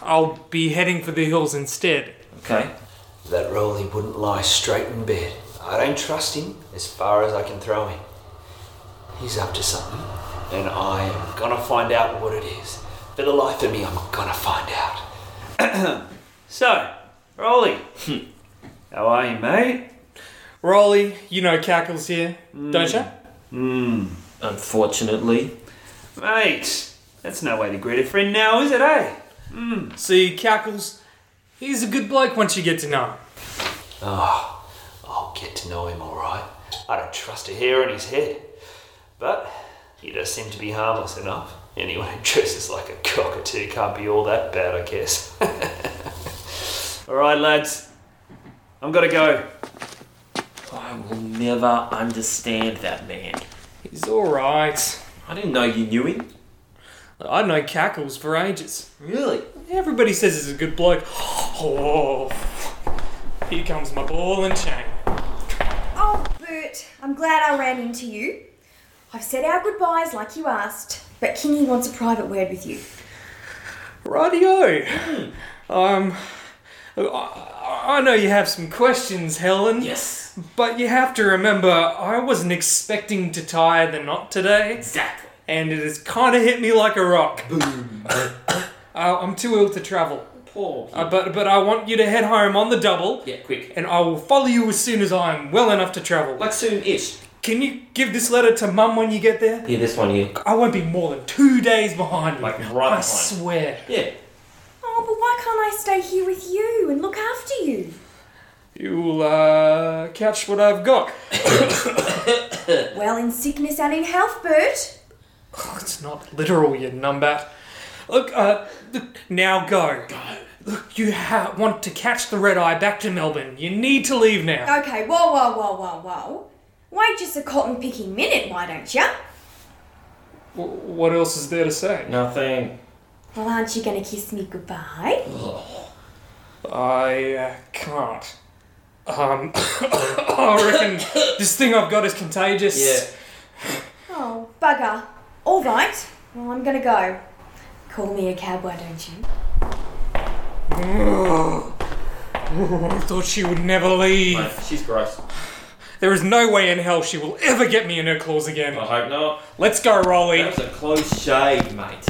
S13: I'll be heading for the hills instead.
S7: Okay.
S14: That Rolly wouldn't lie straight in bed. I don't trust him as far as I can throw him. He's up to something, and I am gonna find out what it is. For the life of me, I'm gonna find out.
S5: So, Rolly, how are you, mate?
S13: Rolly, you know Cackles here, don't
S7: Mm.
S13: you?
S7: Unfortunately.
S5: Hmm. Mate, that's no way to greet a friend now, is it, eh?
S13: See, Cackles, he's a good bloke once you get to know him.
S14: Oh, I'll get to know him all right. I don't trust a hair on his head. But he does seem to be harmless enough. Anyone who dresses like a cockatoo can't be all that bad, I guess.
S5: All right, lads, I'm gonna go.
S7: I will never understand that man.
S13: He's alright.
S7: I didn't know you knew him.
S13: I've known Cackles for ages.
S7: Really?
S13: Everybody says he's a good bloke. Oh, here comes my ball and chain.
S6: Oh, Bert, I'm glad I ran into you. I've said our goodbyes like you asked, but Kingy wants a private word with you.
S13: Rightio.
S7: Hmm.
S13: Um, I, I know you have some questions, Helen.
S7: Yes.
S13: But you have to remember, I wasn't expecting to tie the knot today.
S7: Exactly.
S13: And it has kind of hit me like a rock. Boom. I'm too ill to travel.
S7: Poor.
S13: Uh, but but I want you to head home on the double.
S7: Yeah, quick.
S13: And I will follow you as soon as I'm well enough to travel.
S7: Like soon-ish.
S13: Can you give this letter to Mum when you get there?
S7: Yeah, this one here.
S13: I won't be more than two days behind you. Like
S7: right
S13: I
S7: behind.
S13: swear.
S7: Yeah.
S6: Oh, but why can't I stay here with you and look after you?
S13: You'll uh, catch what I've got.
S6: Well, in sickness and in health, Bert.
S13: Oh, it's not literal, you numbat. Look, uh, look, now go. Go. Look, you ha- want to catch the red eye back to Melbourne. You need to leave now.
S6: Okay, whoa, whoa, whoa, whoa, whoa. Wait just a cotton picking minute, why don't you?
S13: W- what else is there to say?
S7: Nothing.
S6: Well, aren't you going to kiss me goodbye?
S13: I uh, can't. Um, I reckon this thing I've got is contagious.
S6: Oh, bugger. All right. Well, I'm going to go. Call me a cab, why don't you?
S13: Oh, I thought she would never leave.
S7: she's gross.
S13: There is no way in hell she will ever get me in her claws again.
S7: I hope not. Oh,
S13: Let's go, Rolly.
S7: That was a close shave, mate.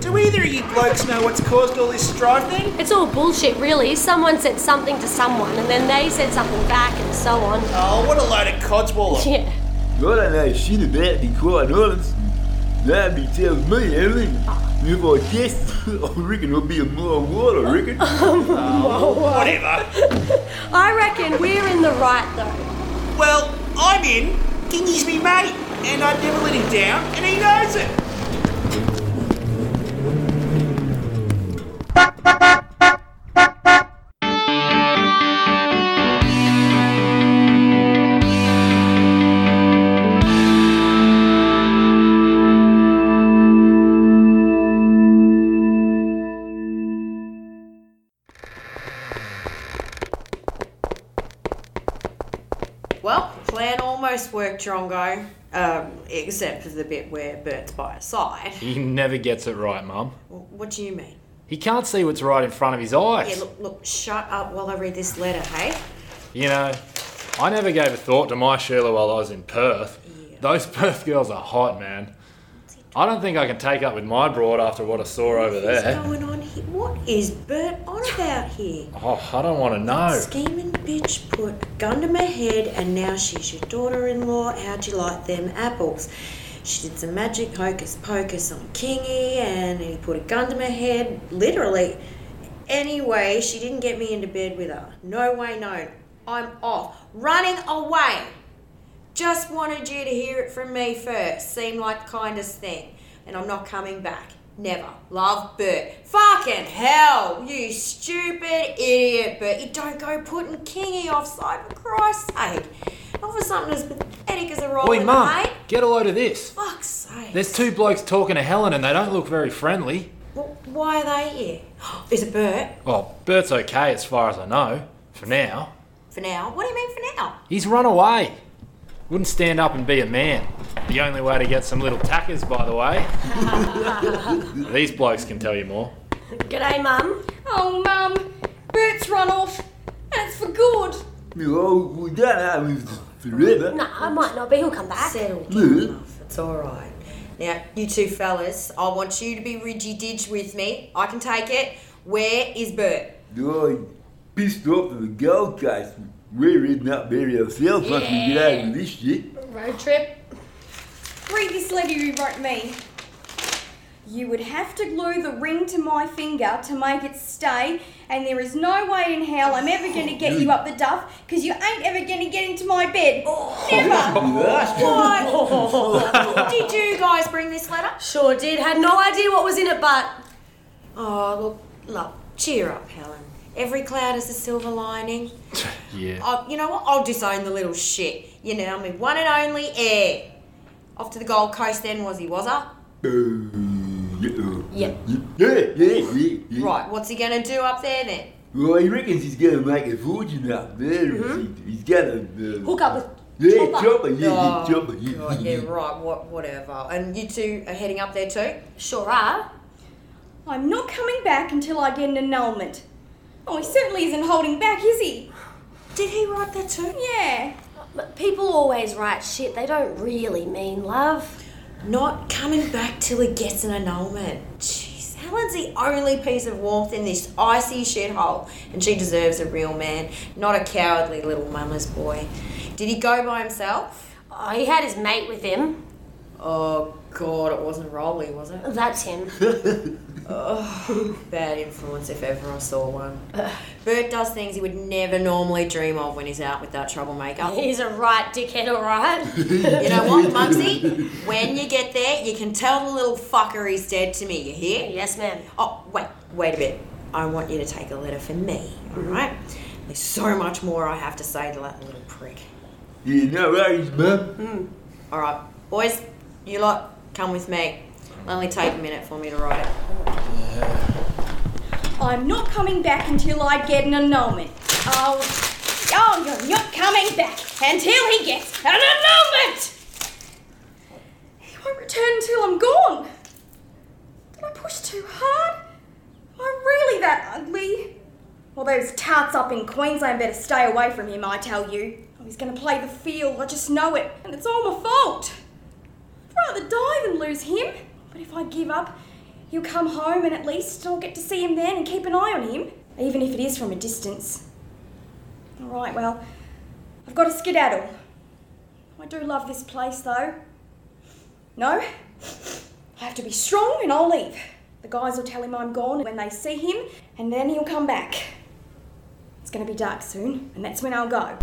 S15: Do either of you blokes know what's caused all this strife then?
S16: It's all bullshit, really. Someone said something to someone, and then they said something back, and so on.
S15: Oh,
S16: er
S15: what a load of codswallop.
S16: Yeah.
S17: Well, I know shit er, about it, quite honest. That'd be telling me everything. If I guessed, I reckon it'll be a mile wide, I reckon.
S15: Whatever.
S16: I reckon we're in the right, though.
S15: Well, I'm in. Kingy's me mate, and I'd never let him down, and he knows it.
S3: Well, plan almost worked, Drongo. Um, except for the bit where Bert's by her side.
S11: He never gets it right, Mum.
S3: What do you mean?
S11: He can't see what's right in front of his eyes.
S3: Yeah, look, look, shut up while I read this letter, hey?
S11: You know, I never gave a thought to my Sheila while I was in Perth. Those Perth girls are hot, man. I don't think I can take up with my broad after what I saw over
S3: What's
S11: there.
S3: going on here? What is Bert on about here?
S11: Oh, I don't want to know.
S3: Scheming bitch put a gun to my head and now she's your daughter in law. How'd you like them apples? She did some magic hocus pocus on Kingy and he put a gun to my head, literally. Anyway, she didn't get me into bed with her. No way, no. I'm off. Running away. Just wanted you to hear it from me first. Seemed like the kindest thing. And I'm not coming back. Never. Love Bert. Fucking hell, you stupid idiot, Bert. You don't go putting Kingy offside for Christ's sake. Not for something as pathetic as a roll
S11: Oi,
S3: in
S11: Mum,
S3: the hay.
S11: get a load of this.
S3: Fuck's sake.
S11: There's two blokes talking to Helen and they don't look very friendly.
S3: Wh- Why are they here? Is it Bert?
S11: Well, Bert's okay as far as I know, for now.
S3: For now. What do you mean for now?
S11: He's run away. Wouldn't stand up and be a man. The only way to get some little tackers, by the way. These blokes can tell you more.
S16: G'day, Mum. Oh, Mum. Bert's run off, and it's for good.
S17: Oh, we don't have forever.
S16: No, I might not be. He'll come back.
S17: Look,
S3: It's alright. Now, you two fellas, I want you to be ridgy didge with me. I can take it. Where is Bert?
S17: I er pissed off at the Gold Coast. We're in up there ourselves once we get out of this shit.
S16: Road trip.
S6: Read this letter you wrote me. You would have to glue the ring to my finger to make it stay, and there is no way in hell I'm ever going to get you up the duff because you ain't ever going to get into my bed.
S3: What? did you guys bring this letter? Sure did. Had no idea what was in it, but. Oh, look, love, cheer up, Helen. Every cloud is a silver lining.
S18: Yeah.
S3: I, you know what? I'll disown the little shit. You know, I'm mean, one and only heir. Off to the Gold Coast then, was he, was I?
S17: Uh, Yeah.
S3: Yep.
S17: Yeah, yeah, yeah, yeah.
S3: Right, what's he gonna do up there then?
S17: Well, he reckons he's gonna make a fortune out there.
S3: Mhm.
S17: He's gonna. Uh,
S3: Hook up with
S17: yeah,
S3: Chopper.
S17: chopper, yeah, yeah,
S3: Oh,
S17: chopper, yeah,
S3: God,
S17: yeah,
S3: yeah,
S17: yeah.
S3: right, what, whatever. And you two are heading up there too?
S6: Sure are. I'm not coming back until I get an annulment. Oh, he certainly isn't holding back, is he?
S16: Did he write that too?
S6: Yeah.
S16: But people always write shit they don't really mean love.
S3: Not coming back till he gets an annulment. Jeez, Helen's the only piece of warmth in this icy shithole, and she deserves a real man, not a cowardly little mama's boy. Did he go by himself?
S16: Oh, he had his mate with him.
S3: Oh God, it wasn't Rolly, was it?
S16: That's him.
S3: Oh, bad influence if ever I saw one. Bert does things he would never normally dream of when he's out with that troublemaker.
S16: He's a right dickhead, alright?
S3: you know what, Muggsy? When you get there, you can tell the little fucker he's dead to me, you hear?
S16: Yes, ma'am.
S3: Oh, wait, wait a bit. I want you to take a letter for me,
S16: Mm-hmm.
S3: alright? There's so much more I have to say to that little prick.
S17: Yeah, no worries, mum.
S16: Mm.
S3: Hmm. Alright, boys, you lot, come with me. It'll only take a minute for me to write it.
S6: I'm not coming back until I get an annulment. Oh, oh, you're not coming back until he gets an annulment. He won't return until I'm gone. Did I push too hard? Am I really that ugly? Well, those tarts up in Queensland better stay away from him, I tell you. Oh, he's going to play the field, I just know it, and it's all my fault. I'd rather die than lose him. But if I give up, he'll come home and at least I'll get to see him then and keep an eye on him, even if it is from a distance. All right, well, I've got a skedaddle. I do love this place though. No, I have to be strong and I'll leave. The guys will tell him I'm gone when they see him, and then he'll come back. It's gonna be dark soon, and that's when I'll go.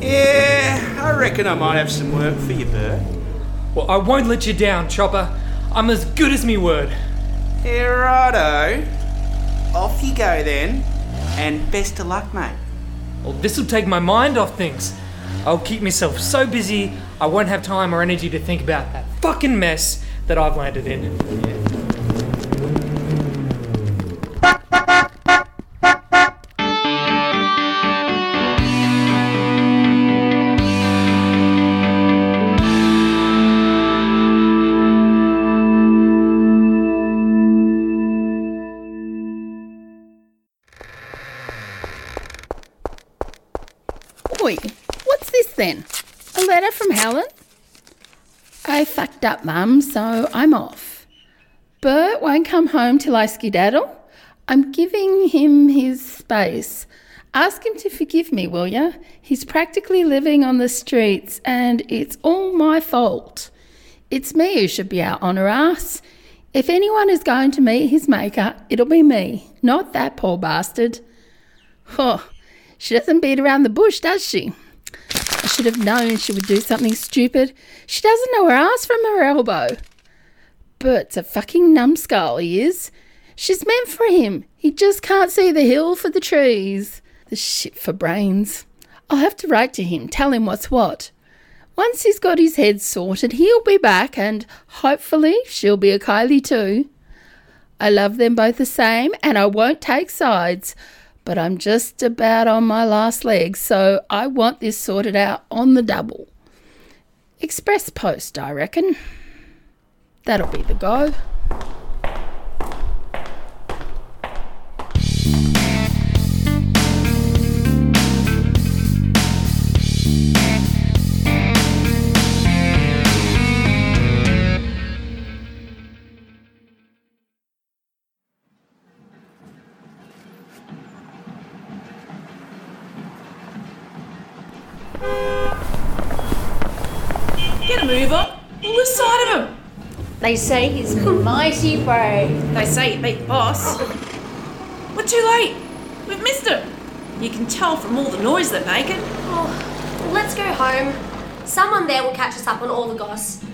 S5: Yeah, I reckon I might have some work for you, Bert.
S13: Well, I won't let you down, Chopper. I'm as good as me word.
S5: Yeah, righto. Off you go then, and best of luck, mate.
S13: Well, this'll take my mind off things. I'll keep myself so busy, I won't have time or energy to think about that fucking mess that I've landed in.
S2: Oi, what's this then? A letter from Helen? I fucked up, Mum, so I'm off. Bert won't come home till I skedaddle. I'm giving him his space. Ask him to forgive me, will ya? He's practically living on the streets, and it's all my fault. It's me who should be out on her ass. If anyone is going to meet his maker, it'll be me, not that poor bastard. Huh. She doesn't beat around the bush, does she? I should have known she would do something stupid. She doesn't know her ass from her elbow. Bert's a fucking numbskull, he is. She's meant for him. He just can't see the hill for the trees. The shit for brains. I'll have to write to him, tell him what's what. Once he's got his head sorted, he'll be back, and hopefully she'll be a Kylie too. I love them both the same, and I won't take sides. But I'm just about on my last leg, so I want this sorted out on the double. Express post, I reckon. That'll be the go.
S19: Thank you.
S15: Get a move on. We'll lose sight of him. They say he's mighty brave. They say he beat the boss. We're too late. We've missed him. You can tell from all the noise they're making.
S16: Oh, let's go home. Someone there will catch us up on all the goss.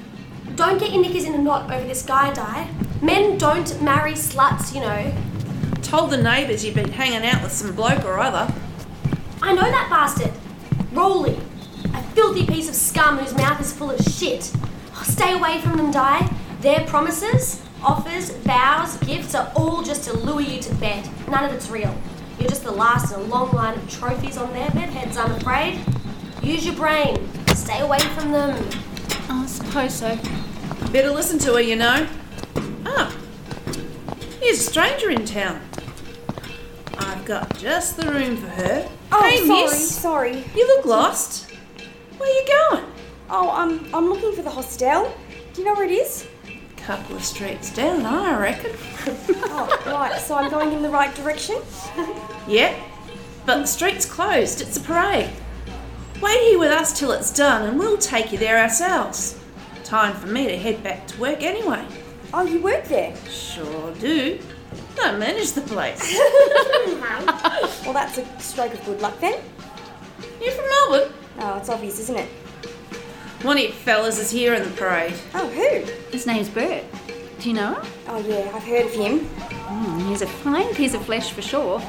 S16: Don't get your knickers in a knot over this guy die. Men don't marry sluts, you know.
S15: Told the neighbours you've been hanging out with some bloke or other.
S16: I know that bastard. Rowley. A filthy piece of scum whose mouth is full of shit. Oh, stay away from them, Di. Their promises, offers, vows, gifts are all just to lure you to bed. None of it's real. You're just the last in a long line of trophies on their bedheads, I'm afraid. Use your brain. Stay away from them.
S15: I suppose so. Better listen to her, you know. Ah, here's a stranger in town. I've got just the room for her.
S6: Oh,
S15: hey,
S6: sorry,
S15: miss.
S6: sorry.
S15: You look lost. Where you going?
S6: Oh, I'm I'm looking for the hostel. Do you know where it is?
S15: Couple of streets down, I reckon.
S6: oh, right. So I'm going in the right direction.
S15: Yep, but the street's closed. It's a parade. Wait here with us till it's done, and we'll take you there ourselves. Time for me to head back to work anyway.
S6: Oh, you work there?
S15: Sure do. I manage the place.
S6: well, that's a stroke of good luck then.
S15: You're from Melbourne?
S6: Oh, it's obvious, isn't it?
S15: One of you fellas is here in the parade.
S6: Oh, who? His name's Bert.
S20: Do you know him?
S6: Oh, yeah, I've heard of him.
S20: Mm, he's a fine piece of flesh for sure.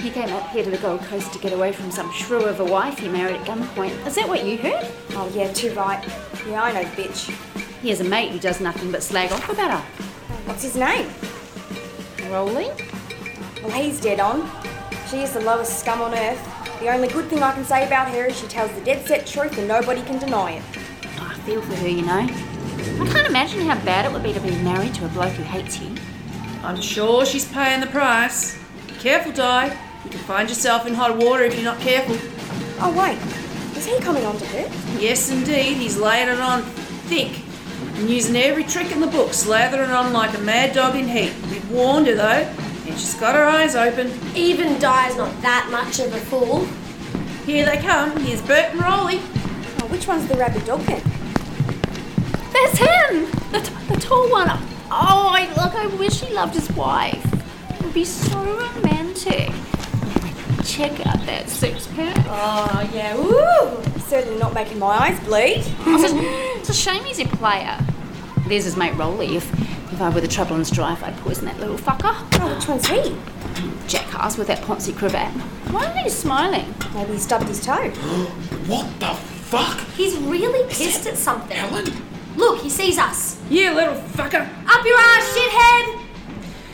S20: He came up here to the Gold Coast to get away from some shrew of a wife he married at gunpoint. Is that what you heard?
S6: Oh, yeah, too right. Yeah, I know the bitch.
S20: He has a mate who does nothing but slag off about her.
S6: What's his name?
S20: Rolling?
S6: Well, he's dead on. She is the lowest scum on earth. The only good thing I can say about her is she tells the dead set truth and nobody can deny it.
S20: I feel for her, you know. I can't imagine how bad it would be to be married to a bloke who hates you.
S15: I'm sure she's paying the price. Be careful, Di. You can find yourself in hot water if you're not careful.
S6: Oh, wait. Is he coming on to her?
S15: Yes, indeed. He's laying it on thick and using every trick in the book, slathering on like a mad dog in heat. We've warned her, though, and she's got her eyes open.
S16: Even Di's not that much of a fool.
S15: Here they come. Here's Bert and Rolly.
S6: Oh, which one's the rabbit dog then?
S20: That's him! The, t- the tall one. Oh, I, look, I wish he loved his wife. It would be so romantic. Check out that six pack.
S6: Oh, yeah, ooh! Certainly not making my eyes bleed.
S20: it's, a, it's a shame he's a player. There's his mate Rolly. If, if I were the trouble and strife, I'd poison that little fucker.
S6: Oh, which one's he?
S20: Jackass with that poncy cravat. Why are you smiling?
S6: Maybe he stubbed his toe.
S20: what the fuck?
S16: He's really pissed at something. Look, he sees us.
S15: You little fucker.
S16: Up your ass, shithead!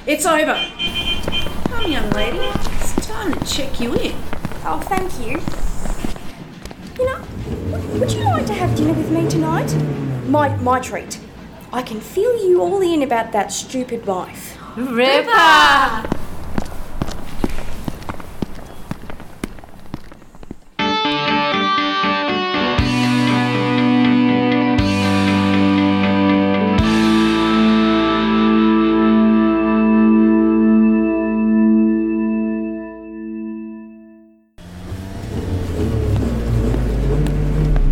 S15: It's over. Come, young lady. It's time to check you in.
S6: Oh, thank you. You know, would, would you like to have dinner with me tonight? My, my treat. I can fill you all in about that stupid wife.
S20: Ripper!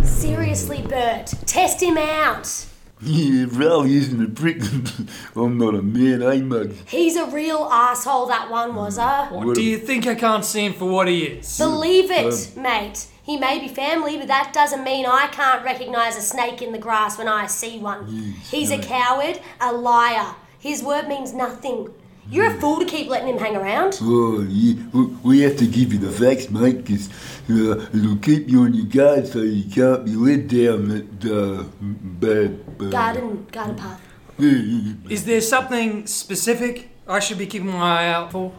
S16: Seriously, Bert, test him out.
S17: Yeah, Raleigh isn't a prick. I'm not a man, eh, mug?
S16: He's a real asshole, that one was, uh. huh?
S13: What do you think I can't see him for what he is?
S16: Believe it, mate. He may be family, but that doesn't mean I can't recognise a snake in the grass when I see one. He's a coward, a liar. His word means nothing. You're a fool to keep letting him hang around.
S17: Oh, yeah. we- We have to give you the facts, mate, 'cause uh, it'll keep you on your guard so you can't be led down that uh, bad, uh, bad.
S16: Garden, garden path.
S13: Is there something specific I should be keeping my eye out for?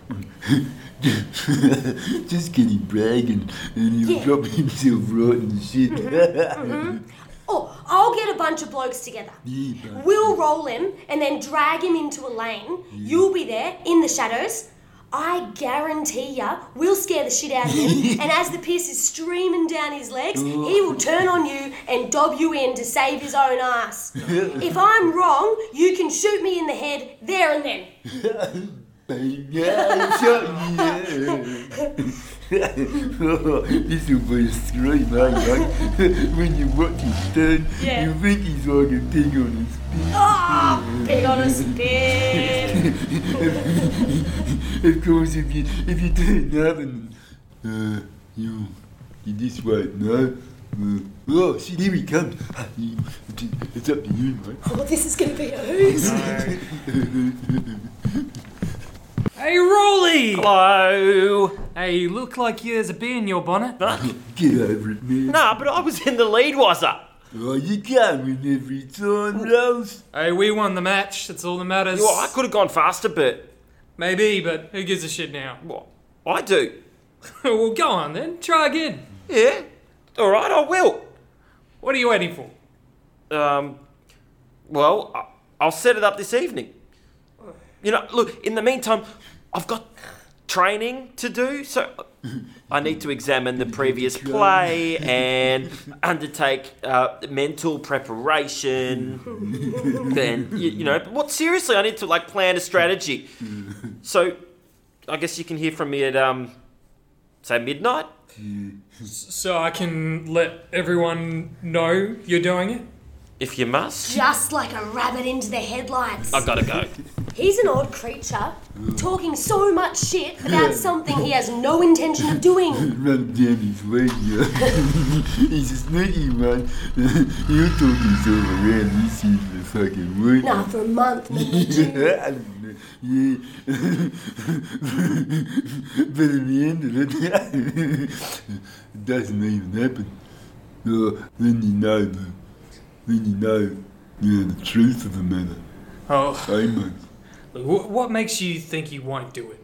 S17: Just getting bragging and he'll
S16: Yeah.
S17: drop himself rotten shit.
S16: Mhm, Oh, I'll get a bunch of blokes together.
S17: Yeah, mate.
S16: We'll roll him and then drag him into a lane. You'll be there in the shadows. I guarantee ya, we'll scare the shit out of him. and as the piss is streaming down his legs, he will turn on you and dob you in to save his own ass. If I'm wrong, you can shoot me in the head there and then.
S17: Bang, yeah, shot, yeah. Oh, this will be a scream, eh, mate? when you watch his turn,
S15: Yeah.
S17: you think he's like a pig on his
S15: Ah, pig on a spit.
S17: of course, if you if you turn up and
S21: Eh,
S17: uh, you you this way, no. Uh, oh, see, here he comes. You- It's up to you, mate.
S15: Oh, this is gonna be a hoot.
S13: Hey, Rolly! Hello! Hey, you look like there's a bee in your bonnet.
S17: Get over it, man.
S13: nah, but I was in the lead, was I?
S17: Oh, you can't win every time, Rose.
S13: Hey, we won the match. That's all that matters.
S7: Well, I could have gone faster, but
S13: Maybe, but who gives a shit now? What?
S7: I do.
S13: well, go on then. Try again. Yeah. All right, I will. What are you waiting for?
S7: Um, well, I- I'll set it up this evening. You know, look, in the meantime, I've got training to do, so I need to examine the previous play and undertake uh, mental preparation. then, you, you know, but what seriously, I need to like plan a strategy. So, I guess you can hear from me at, um, say, midnight?
S13: So I can let everyone know you're doing it?
S7: If you must.
S16: Just like a rabbit into the headlights.
S7: I've got to go.
S16: He's an odd creature, talking so much shit about something he has no intention of doing.
S17: Run down his leg, yeah. He's a sneaky man. He'll talk himself around. This is the fucking way.
S16: Nah, for a month, maybe two.
S17: yeah, I don't know. Yeah. but in the end of it, it doesn't even happen. Uh, then you know the, then you know yeah, the truth of the matter.
S13: Oh.
S17: Amen.
S13: Look, wh- what makes you think he won't do it?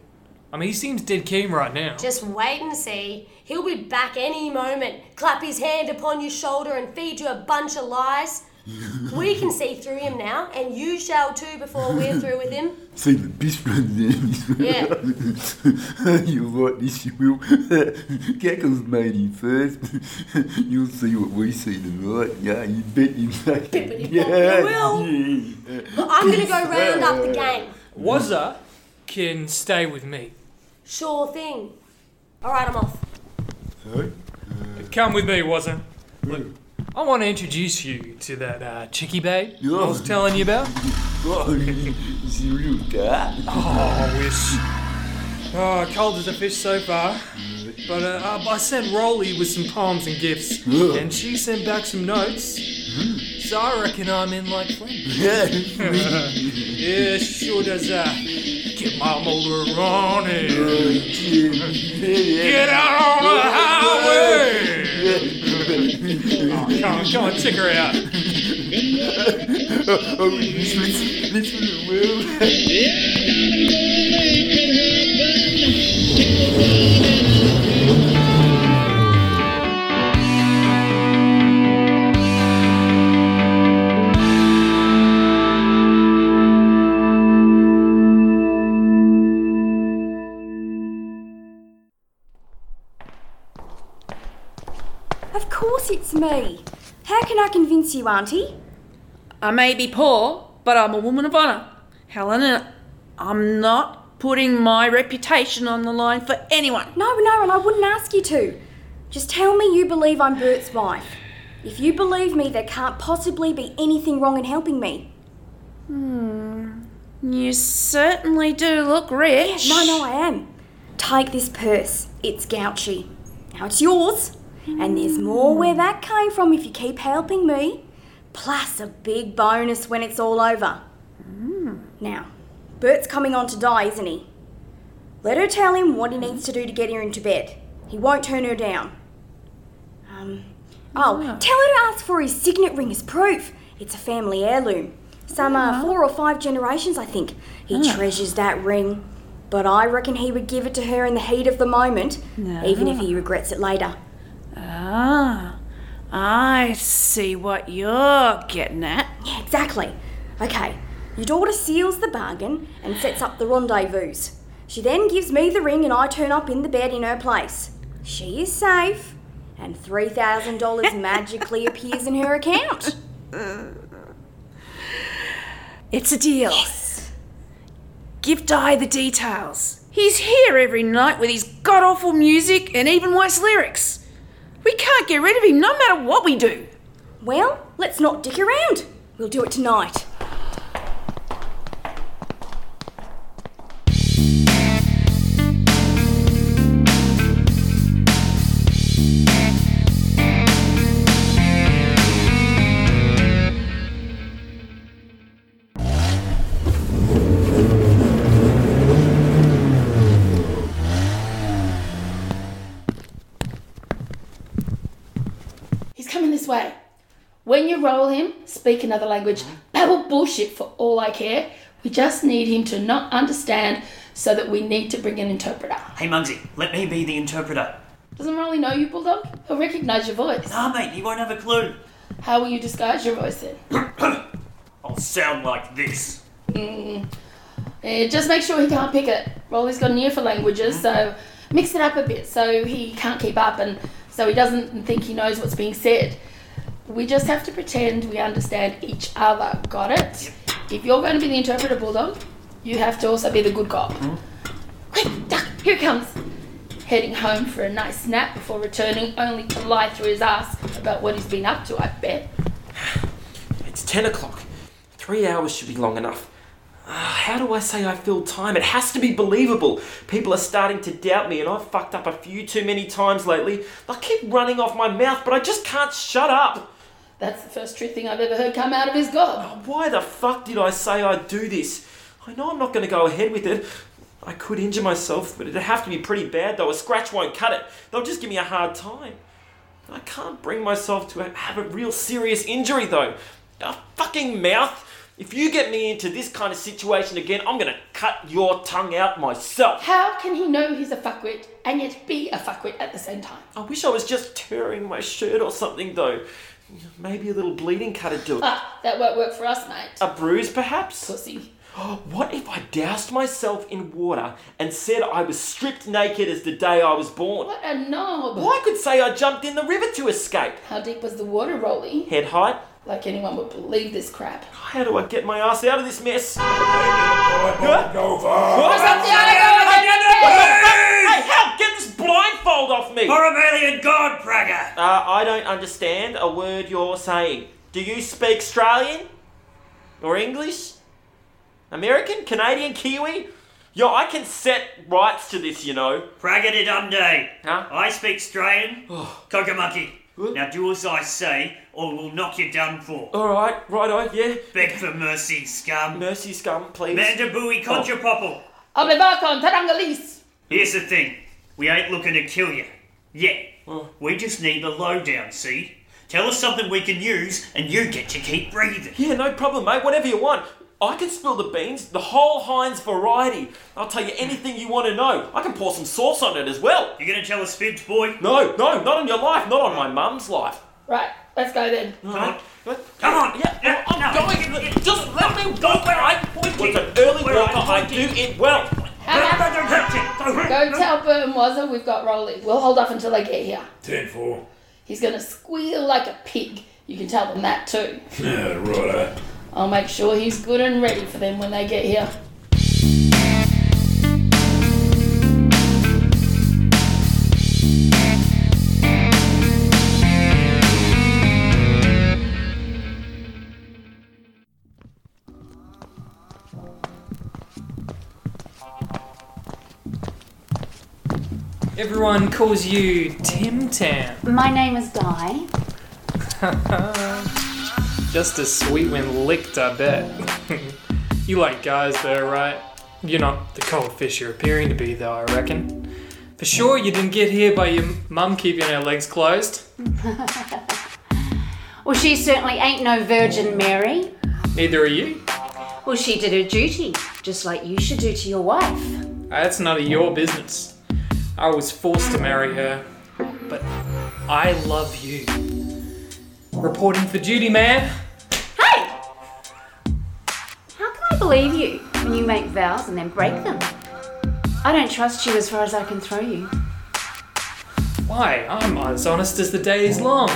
S13: I mean, he seems dead keen right now.
S16: Just wait and see. He'll be back any moment. Clap his hand upon your shoulder and feed you a bunch of lies. We can see through him now, and you shall too before we're through with him.
S17: See the beast runs in. Yeah. You'll like this, you will. Cackle's made him first. You'll see what we see tonight. Yeah, you bet you fucking.
S21: Eh,
S17: Yeah.
S16: will.
S17: yeah.
S16: Look, I'm gonna go round up the game.
S13: Wazza can stay with me.
S16: Sure thing. Alright, I'm off.
S13: Come with me, Wazza. Look, I want to introduce you to that uh, chickie babe I was telling you about.
S17: Oh, he's a real guy.
S13: Oh, wish. Oh, cold as a fish so far. But uh, I sent Rolly with some poems and gifts,
S17: Yeah.
S13: and she sent back some notes. So I reckon I'm in like friends.
S17: Yeah.
S13: yeah, sure does. Uh, get my motor running. Get out on the highway. Oh, come on, come on, check her out.
S17: oh, this was, this was
S6: Of course it's me. How can I convince you, Auntie?
S15: I may be poor, but I'm a woman of honour. Helen, and I'm not putting my reputation on the line for anyone.
S6: No, no, and I wouldn't ask you to. Just tell me you believe I'm Bert's wife. If you believe me, there can't possibly be anything wrong in helping me.
S15: Hmm. You certainly do look rich.
S6: No, no, I am. Take this purse. It's Gouchy. Now it's yours. And there's more where that came from if you keep helping me. Plus a big bonus when it's all over. Now, Bert's coming on to die, isn't he? Let her tell him what he needs to do to get her into bed. He won't turn her down. Um, oh, tell her to ask for his signet ring as proof. It's a family heirloom. Some uh, four or five generations, I think. He
S20: Ah.
S6: treasures that ring. But I reckon he would give it to her in the heat of the moment, even if he regrets it later.
S15: Ah, I see what you're getting at.
S6: Yeah, exactly. Okay, your daughter seals the bargain and sets up the rendezvous. She then gives me the ring and I turn up in the bed in her place. She is safe, and $3,000 magically appears in her account.
S16: Mm.
S15: It's a deal. Yes. Give Di the details. He's here every night with his god awful music and even worse lyrics. We can't get rid of him no matter what we do.
S6: Well, let's not dick around. We'll do it tonight.
S2: He's coming this way. When you roll him, speak another language, babble bullshit for all I care. We just need him to not understand so that we need to bring an interpreter.
S22: Hey Muggsy, let me be the interpreter.
S2: Doesn't Rolly know you, Bulldog? He'll recognise your voice.
S22: Nah, mate, he won't have a clue.
S2: How will you disguise your voice then?
S22: I'll sound like this.
S2: Mm. Eh, just make sure he can't pick it. Rolly's got an ear for languages, so mix it up a bit so he can't keep up and so he doesn't think he knows what's being said. We just have to pretend we understand each other. Got it? If you're going to be the interpreter, Bulldog, you have to also be the good cop. Quick, duck, here it comes. Heading home for a nice nap before returning, only to lie through his ass about what he's been up to, I bet.
S7: It's 10 o'clock. Three hours should be long enough. Ah, how do I say I fill time? It has to be believable. People are starting to doubt me, and I've fucked up a few too many times lately. I keep running off my mouth, but I just can't shut up.
S2: That's the first true thing I've ever heard come out of his gob.
S7: Why the fuck did I say I'd do this? I know I'm not going to go ahead with it. I could injure myself, but it'd have to be pretty bad, though. A scratch won't cut it. They'll just give me a hard time. I can't bring myself to have a real serious injury, though. A fucking mouth. If you get me into this kind of situation again, I'm going to cut your tongue out myself.
S2: How can he know he's a fuckwit and yet be a fuckwit at the same time?
S7: I wish I was just tearing my shirt or something, though. Maybe a little bleeding cut would do it.
S2: Ah, that won't work for us, mate.
S7: A bruise, perhaps?
S2: Pussy.
S7: What if I doused myself in water and said I was stripped naked as the day I was born?
S2: What a knob.
S7: Well, I could say I jumped in the river to escape.
S2: How deep was the water, Rolly?
S7: Head height?
S2: Like anyone would believe this crap.
S7: How do I get my ass out of this mess?
S23: What's up,
S7: Hey, help! Get this blindfold off me!
S23: Boromelian God Pragger!
S7: Uh, I don't understand a word you're saying. Do you speak Australian? Or English? American? Canadian? Kiwi? Yo, I can set rights to this, you know.
S22: Pragger de Dundee.
S7: Huh? Oh.
S22: I speak Australian. Cockamucky. Now do as I say, or we'll knock you down for.
S7: Alright, righto, yeah.
S22: Beg for mercy, scum.
S7: Mercy, scum, please.
S22: Mandabui Conchapopple.
S2: I'll be back on Tarangalis.
S22: Here's the thing. We ain't looking to kill you. Yeah. We just need the lowdown, see? Tell us something we can use, and you get to keep breathing.
S7: Yeah, no problem, mate. Whatever you want. I can spill the beans, the whole Heinz variety. I'll tell you anything you want to know. I can pour some sauce on it as well.
S22: You gonna tell us fibs, boy?
S7: No, no, not on your life, not on my mum's life.
S2: Right, let's go then.
S7: Come on, yeah, I'm going. in the- Just let me go where I'm pointing. It's an early walker. I do it well.
S2: Go tell Burn Wazza we've got Rolly. We'll hold off until they get here.
S24: 10 4.
S2: He's gonna squeal like a pig. You can tell them that too.
S24: Yeah, righto.
S2: I'll make sure he's good and ready for them when they get here.
S13: Everyone calls you Tim Tam.
S20: My name is Di.
S13: Just as sweet when licked, I bet. you like guys, though, right? You're not the cold fish you're appearing to be, though, I reckon. For sure, you didn't get here by your mum keeping her legs closed.
S20: well, she certainly ain't no Virgin Mary.
S13: Neither are you.
S20: Well, she did her duty, just like you should do to your wife.
S13: That's none of your business. I was forced to marry her, but I love you. Reporting for duty, man.
S20: How can I believe you when you make vows and then break them? I don't trust you as far as I can throw you.
S13: Why? I'm as honest as the day is long.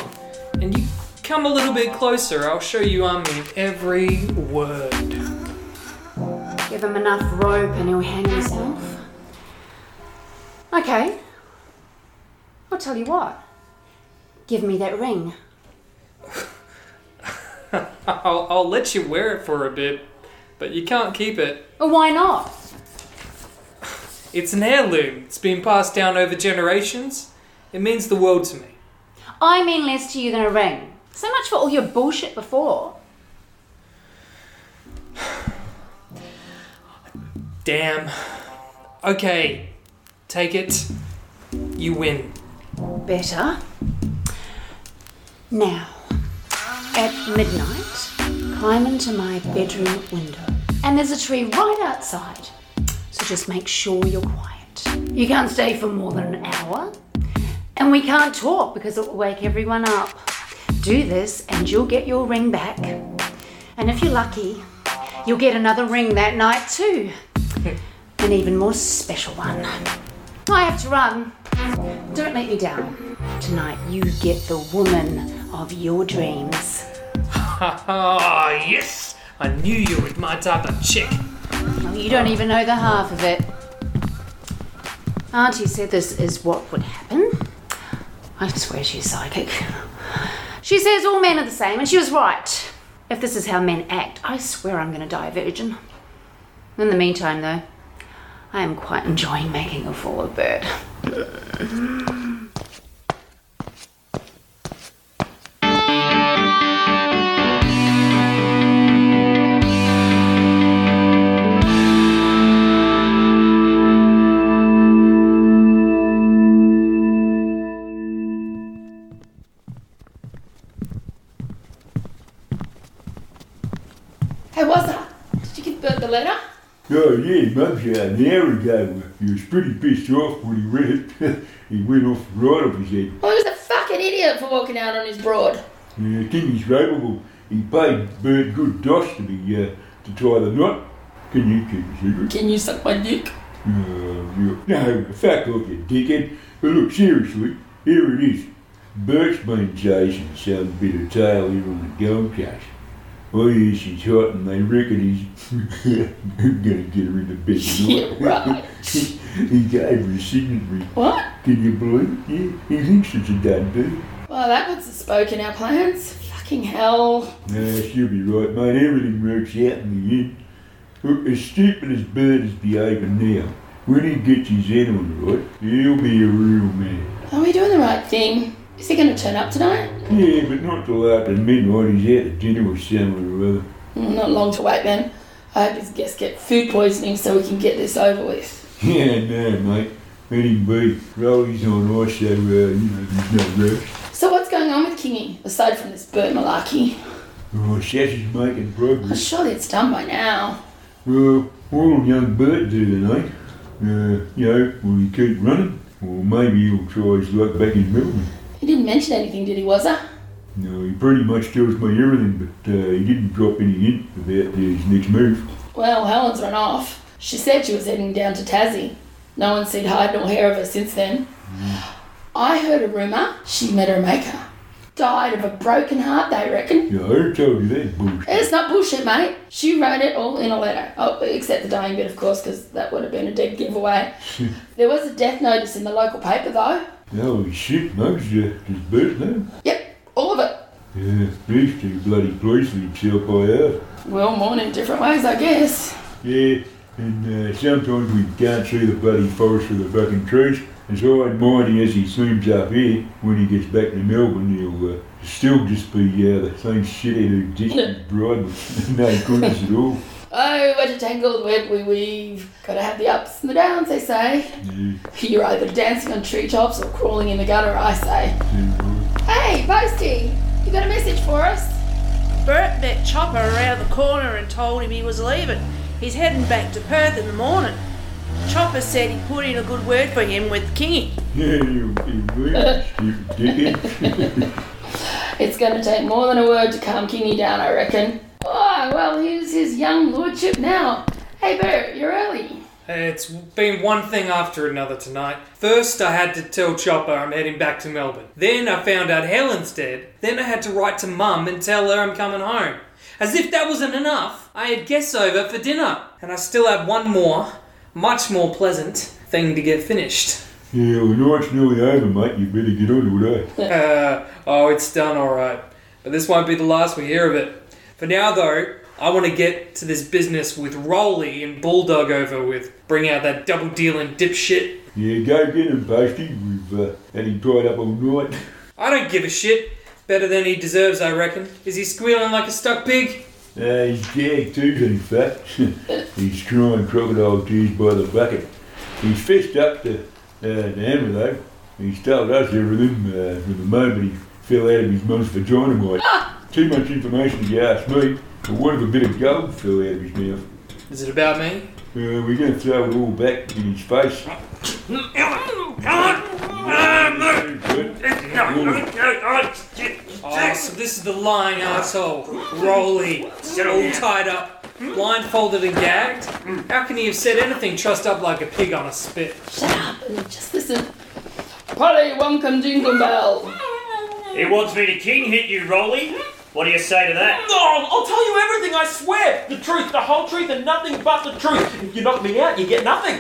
S13: And you come a little bit closer, I'll show you I mean every word.
S20: Give him enough rope and he'll hang himself. Okay. I'll tell you what. Give me that ring.
S13: I'll, I'll let you wear it for a bit, but you can't keep it.
S20: Well, why not?
S13: It's an heirloom. It's been passed down over generations. It means the world to me.
S20: I mean less to you than a ring. So much for all your bullshit before.
S13: Damn. Okay, take it. You win.
S20: Better. Now, at midnight, climb into my bedroom window. And there's a tree right outside. So just make sure you're quiet. You can't stay for more than an hour. And we can't talk because it will wake everyone up. Do this and you'll get your ring back. And if you're lucky, you'll get another ring that night too. An even more special one. I have to run. Don't let me down. Tonight you get the woman of your dreams.
S13: Ah, yes! I knew you were my type of chick.
S20: Well, you don't even know the half of it. Auntie said this is what would happen. I swear she's psychic. She says all men are the same, and she was right. If this is how men act, I swear I'm gonna die a virgin. In the meantime, though, I am quite enjoying making a fool of Bird.
S2: Hey, Wazza, did you give Bert the letter?
S21: Oh yeah, Mumsy had an hour ago. He was pretty pissed off when he read it. he went off right off his head.
S2: Well, Oh, he was a fucking idiot for walking out on his broad.
S21: Yeah, I think he's capable. He paid Bird good dosh to be uh, to tie the knot. Can you keep a secret?
S2: Can you suck my dick?
S21: Uh, no, fuck off, you dickhead. But look, seriously, here it is. Bert's been chasing some bit of tail here on the Gold Coast. Oh yes, he's hot and they reckon he's gonna get her in the bed tonight.
S2: Yeah, right.
S21: he gave her a signatory.
S2: What?
S21: Can you believe it? Yeah, he thinks it's a done deal.
S2: Well, that puts a spoke in our plans. Fucking hell.
S21: No, she'll be right, mate. Everything works out in the end. Look, as stupid as Bird is behaving now, when he gets his head on right, he'll be a real man.
S2: Are we doing the right thing? Is he going to turn up tonight?
S21: Yeah, but not till after midnight. He's out to dinner with someone or other.
S2: Mm, Not long to wait then. I hope his guests get food poisoning so we can get this over with.
S21: Yeah, no, mate. Let him be. Rolly's on ice, so, uh, you know, there's no rush.
S2: So what's going on with Kingy, aside from this Bert malarkey?
S21: Oh, Sassy's making
S2: Well,
S21: progress.
S2: surely it's done by now.
S21: Well, what'll young Bert do tonight? Uh, you know, will he keep running? Or maybe he'll try his luck back in Melbourne.
S2: He didn't mention anything, did he, Wazza?
S21: No, he pretty much tells me everything, but uh, he didn't drop any hint about his next move.
S2: Well, Helen's run off. She said she was heading down to Tassie. No one's seen hide nor hair of her since then. I heard a rumour she met her maker. Died of a broken heart, they reckon.
S21: Yeah, I told you that bullshit.
S2: It's not bullshit, mate. She wrote it all in a letter. Oh, except the dying bit, of course, because that would have been a dead giveaway. there was a death notice in the local paper, though.
S21: Holy shit, Mug's uh, his birth now.
S2: All of it.
S21: Yeah, these two bloody police himself by out.
S2: We all mourn in different ways, I guess.
S21: Yeah, and uh, sometimes we can't see the bloody forest for the fucking trees. As hard mighty as he seems up here, when he gets back to Melbourne, he'll uh, still just be uh, the same shithead who ditched his bride with no goodness at all.
S2: Oh, what a tangled web we weave. Gotta have the ups and the downs, they say. You're either dancing on treetops or crawling in the gutter, I say. Hey, Posty, you got a message for us?
S15: Bert met Chopper around the corner and told him he was leaving. He's heading back to Perth in the morning. Chopper said he put in a good word for him with Kingy.
S21: Yeah, you, you really stupid dickhead.
S2: It's going to take more than a word to calm Kingy down, I reckon. Oh, well, here's his young lordship now. Hey, Bert, you're early.
S13: It's been one thing after another tonight. First, I had to tell Chopper I'm heading back to Melbourne. Then, I found out Helen's dead. Then, I had to write to Mum and tell her I'm coming home. As if that wasn't enough, I had guests over for dinner. And I still have one more, much more pleasant, thing to get finished.
S21: Yeah, well, night's nearly over, mate. You better get on with that.
S13: uh, oh, it's done all right. But this won't be the last we hear of it. For now, though, I want to get to this business with Rolly and Bulldog over with. Bring out that double dealing dipshit.
S21: Yeah, go get him, Pasty. We've uh, had him tied up all night.
S13: I don't give a shit. Better than he deserves, I reckon. Is he squealing like a stuck pig?
S21: Uh, he's gagged too, in fact. he's crying crocodile tears by the bucket. He's fished up the, uh, the hammer, though. He's told us everything uh, from the moment he fell out of his mum's vagina, mate.
S13: Ah!
S21: too much information if you ask me, but what if a bit of gold fell out of his mouth?
S13: Is it about me?
S21: Uh, we're going to throw it all back in his face.
S13: Oh, so this is the lying asshole, Rolly, all tied up, blindfolded and gagged. How can he have said anything trussed up like a pig on a spit?
S2: Shut up and just listen. Polly Wonkum Jingle Bell.
S22: He wants me to king hit you, Rolly. What do you say to that?
S7: No, I'll tell you everything, I swear! The truth, the whole truth, and nothing but the truth! If you knock me out, you get nothing!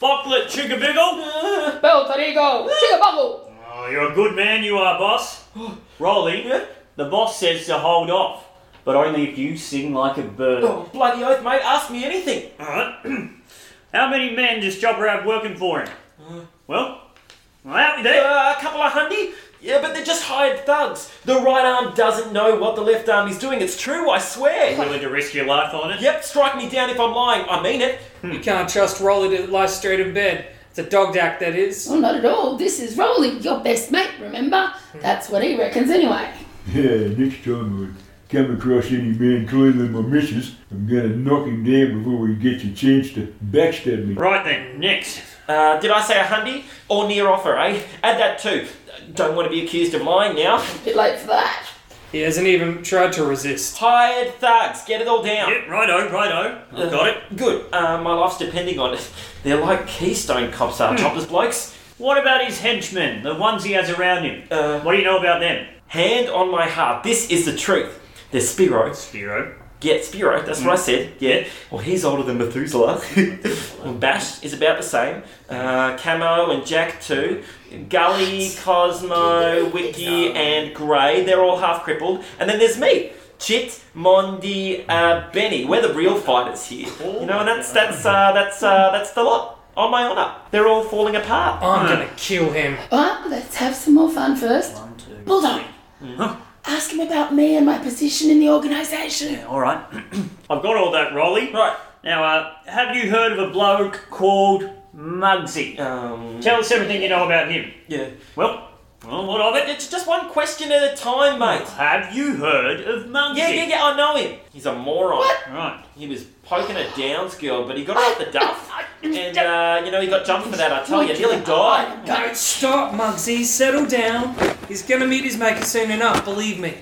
S22: Bocklet, chickabiddle!
S2: Bell Tarigo! Chickabubble!
S22: Oh, you're a good man, you are, boss.
S2: Oh,
S22: Rolly, the boss says to hold off, but only if you sing like a bird.
S7: Oh, bloody oath, mate, ask me anything!
S22: Alright. How many men does Chopper have working for him? Well, well, out with that.
S7: Uh, a couple of hundy? Yeah, but they're just hired thugs. The right arm doesn't know what the left arm is doing. It's true, I swear.
S22: Willing to risk your life on it? Hmm.
S7: Yep, strike me down if I'm lying. I mean it.
S13: You can't trust Rolly to lie straight in bed. It's a dog act, that is.
S2: Oh, not at all. This is Rolly, your best mate, remember? That's what he reckons anyway.
S21: Yeah, next time I come across any man cleaning my missus, I'm going to knock him down before he gets a chance to backstab me.
S22: Right then, next.
S7: Uh, did I say a hundy or near offer, eh? Add that too. Don't want to be accused of lying now.
S2: Bit late for that.
S13: He hasn't even tried to resist.
S7: Hired thugs, get it all down. Yep,
S22: righto, righto.
S7: I got it. Good. Uh, my life's depending on it. They're like Keystone cops, are topless blokes.
S22: Hmm. What about his henchmen, the ones he has around him? what do you know about them?
S7: Uh, Hand on my heart, this is the truth. There's Spiro.
S22: Spiro.
S7: Yeah, Spiro, that's what I said. Yeah. Well, he's older than Methuselah. well, Bash is about the same. Uh, Camo and Jack, too. Gully, Cosmo, Wiki, and Grey, they're all half crippled. And then there's me. Chit, Mondi, uh, Benny. We're the real fighters here. You know, and that's that's uh, that's uh, that's the lot. On my honour. They're all falling apart.
S13: I'm gonna kill him.
S2: Well, let's have some more fun first. Bulldog,
S22: Hmm.
S2: ask him about me and my position in the organisation.
S22: All right. I've got all that, Rolly. Right. Now, uh, have you heard of a bloke called Muggsy? Um, Tell us everything you know about him.
S7: Yeah.
S22: Well, well what of it?
S7: It's just one question at a time, mate.
S22: Have you heard of Muggsy?
S7: Yeah, yeah, yeah, I know him. He's a moron.
S22: Right.
S7: He was poking a Downs girl, but he got her off the duff. And, uh, you know, he got jumped for that, I tell you. Nearly died.
S13: Don't stop, Muggsy. Settle down. He's gonna meet his maker soon enough, believe me.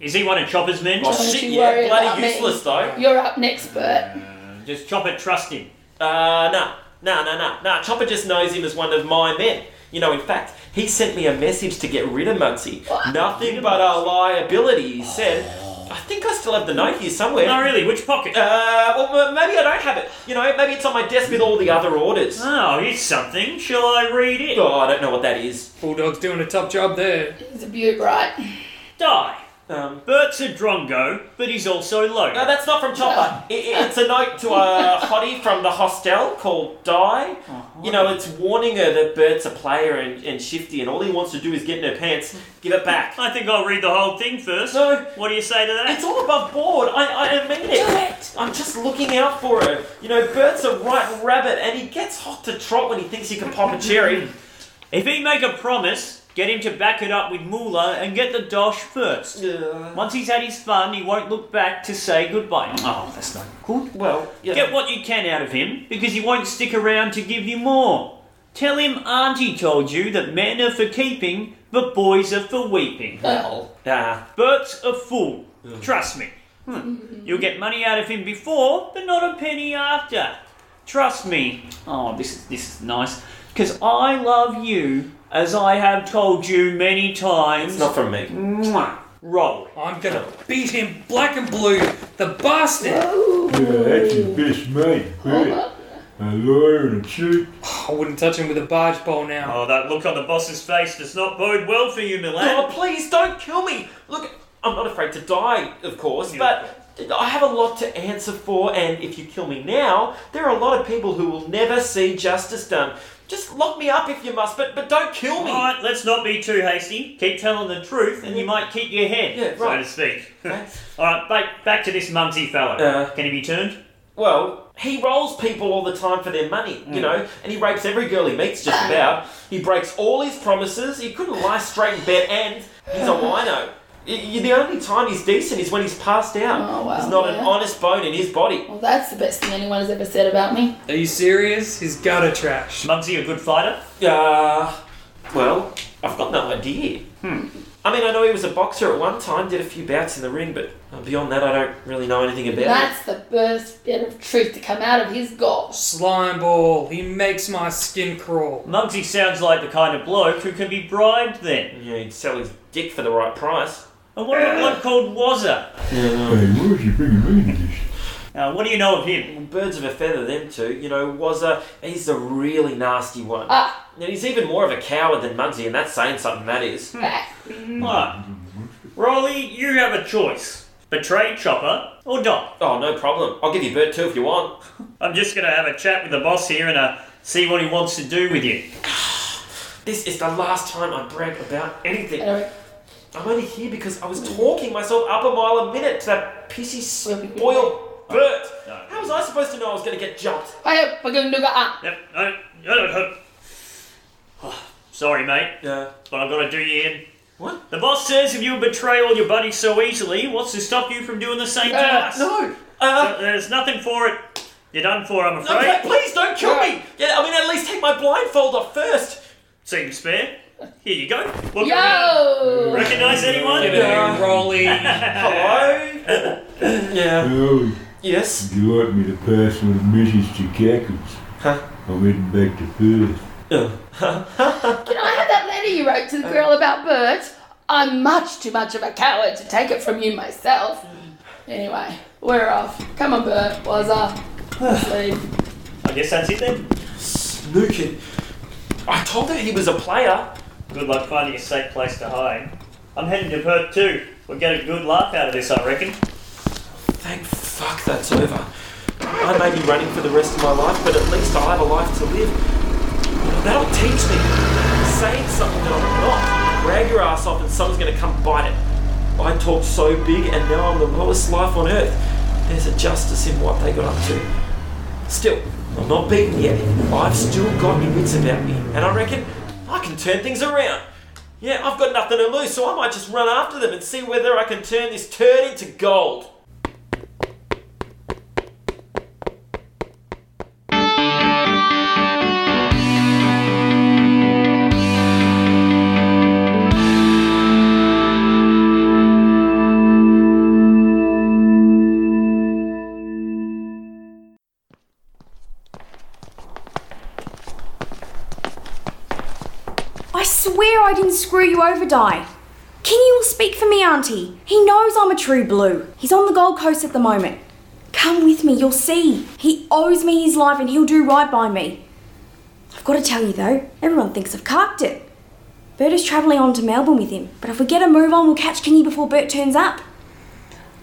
S22: Is he one of Chopper's men?
S7: Oh,
S2: Don't
S7: shit,
S2: you
S7: yeah.
S2: worry about
S7: Bloody
S2: me.
S7: useless, though.
S2: You're up next, Bert.
S22: Uh, Just Chopper trust him?
S7: Uh, no. No, no, no. No, Chopper just knows him as one of my men. You know, in fact, he sent me a message to get rid of Muggsy. Nothing but a liability, he said. I think I still have the note here somewhere.
S22: No, Oh, really? Which pocket?
S7: Uh, well, m- maybe I don't have it. You know, maybe it's on my desk with all the other orders.
S22: Oh, here's something. Shall I read it?
S7: Oh, I don't know what that is.
S13: Bulldog's doing a tough job there.
S2: He's a beaut, right?
S22: Die. Bert's a drongo, but he's also low.
S7: Um, No, that's not from Chopper. I- I- it's a note to a hottie from the hostel called Di.
S22: Uh-huh.
S7: You know, it's warning her that Bert's a player and, and shifty, and all he wants to do is get in her pants. Give it back.
S22: I think I'll read the whole thing first.
S7: No.
S22: What do you say to that?
S7: It's all above board. I, I mean it. Do it. I'm just looking out for her. You know, Bert's a right rabbit, and he gets hot to trot when he thinks he can pop a cherry.
S22: If he make a promise, get him to back it up with moolah and get the dosh first. Once he's had his fun, he won't look back to say goodbye. Oh, that's not good.
S7: Well,
S22: get what you can out of him because he won't stick around to give you more. Tell him Auntie told you that men are for keeping, but boys are for weeping.
S7: Well. Ah.
S22: Bert's a fool. Trust me.
S14: Hmm.
S22: You'll get money out of him before, but not a penny after. Trust me. Oh, this is this is nice because I love you, as I have told you many times.
S7: It's not from me.
S22: Mwah. Roll.
S13: I'm gonna beat him black and blue, the bastard.
S21: Yeah, that's his best mate, Bert. a lawyer and a chief.
S13: I wouldn't touch him with a barge pole now.
S22: Oh, that look on the boss's face does not bode well for you, Milan.
S7: Oh, please don't kill me. Look, I'm not afraid to die, of course, but I have a lot to answer for, and if you kill me now, there are a lot of people who will never see justice done. Just lock me up if you must, but but don't kill me.
S22: All right, let's not be too hasty. Keep telling the truth, and you might keep your head,
S7: Yeah,
S22: so
S7: right.
S22: to speak. All right, back back to this mumsy fellow. Can he be turned?
S7: Well, he rolls people all the time for their money, you
S22: Mm.
S7: know, and he rapes every girl he meets just about. He breaks all his promises. He couldn't lie straight in bed, and he's a wino. Y- y- The only time he's decent is when he's passed out.
S8: Oh, wow,
S7: There's not an
S8: yeah.
S7: honest bone in his body.
S8: Well, that's the best thing anyone has ever said about me.
S13: Are you serious? He's got a trash.
S22: Mumsy, a good fighter?
S7: Uh, well, I've got no idea.
S22: Hmm.
S7: I mean, I know he was a boxer at one time, did a few bouts in the ring, but uh, beyond that, I don't really know anything about it.
S8: That's the first bit of truth to come out of his gob.
S13: Slime ball. He makes my skin crawl.
S22: Mumsy sounds like the kind of bloke who can be bribed then.
S7: Yeah, he'd sell his dick for the right price.
S22: And what about a bloke called Wazza?
S21: Hey, why is you bringing me into this?
S22: Uh, what do you know of him?
S7: Well, birds of a feather, them two. You know, was a he's a really nasty one.
S22: Uh,
S8: Ah.
S7: And he's even more of a coward than Munsey, and that's saying something. That is.
S22: Hmm. Right. Rolly, you have a choice. Betray Chopper or die.
S7: Oh, no problem. I'll give you Bert too if you want.
S22: I'm just going to have a chat with the boss here and uh, see what he wants to do with you.
S7: This is the last time I brag about anything. I'm only here because I was talking myself up a mile a minute to that pissy spoiled Bert. How was I supposed to know I was going to get jumped?
S8: I am going to go up.
S22: Yep. No, no, no, no. Oh, sorry, mate.
S7: Yeah.
S22: But I've got to do you in.
S7: What?
S22: The boss says if you betray all your buddies so easily, what's to stop you from doing the same to
S7: Uh,
S22: us?
S7: no. Uh,
S22: So there's nothing for it. You're done for, I'm
S7: No,
S22: afraid.
S7: pl- please don't kill me. Yeah, I mean at least take my blindfold off first.
S22: Seems fair. Here you go. Look
S8: Yo!
S22: Recognize anyone?
S13: Give it a rolly.
S22: Hello?
S7: Yeah.
S21: Well,
S7: Yes?
S21: Would you like me to pass on a message to Cackles?
S7: Huh? Oh,
S21: I'm heading back to Perth.
S8: Can I have that letter you wrote to the girl about Bert? I'm much too much of a coward to take it from you myself. Anyway, we're off. Come on, Bert. Was up. Sleep.
S22: I guess that's it then.
S7: Snookin. I told her he was a player.
S22: Good luck finding a safe place to hide. I'm heading to Perth too. We'll get a good laugh out of this, I reckon.
S7: Thank fuck that's over. I may be running for the rest of my life, but at least I have a life to live. That'll teach me. Saying something that I'm not. Drag your ass off and someone's gonna come bite it. I talked so big and now I'm the lowest life on earth. There's a justice in what they got up to. Still, I'm not beaten yet. I've still got your wits about me, and I reckon I can turn things around. Yeah, I've got nothing to lose, so I might just run after them and see whether I can turn this turd into gold.
S6: I swear I didn't screw you over, Di. Kingy will speak for me, Auntie. He knows I'm a true blue. He's on the Gold Coast at the moment. Come with me, you'll see. He owes me his life and he'll do right by me. I've got to tell you though, everyone thinks I've carked it. Bert is travelling on to Melbourne with him, but if we get a move on, we'll catch Kingy before Bert turns up.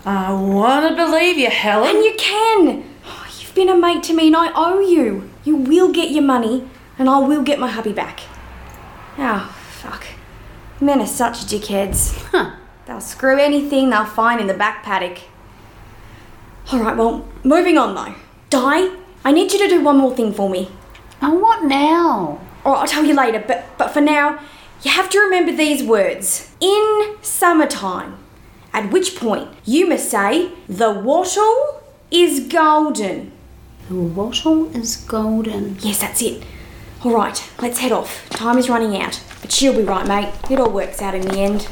S15: I wanna believe you, Helen.
S6: And you can! Oh, you've been a mate to me and I owe you. You will get your money and I will get my hubby back. Oh, fuck. Men are such dickheads. Huh. They'll screw anything they'll find in the back paddock. Alright, well, moving on though. Di, I need you to do one more thing for me. And Oh, what now? Alright, I'll tell you later, but, but for now, you have to remember these words. In summertime. At which point, you must say, the wattle is golden. The wattle is golden. Yes, that's it. All right, let's head off. Time is running out. But she'll be right, mate. It all works out in the end.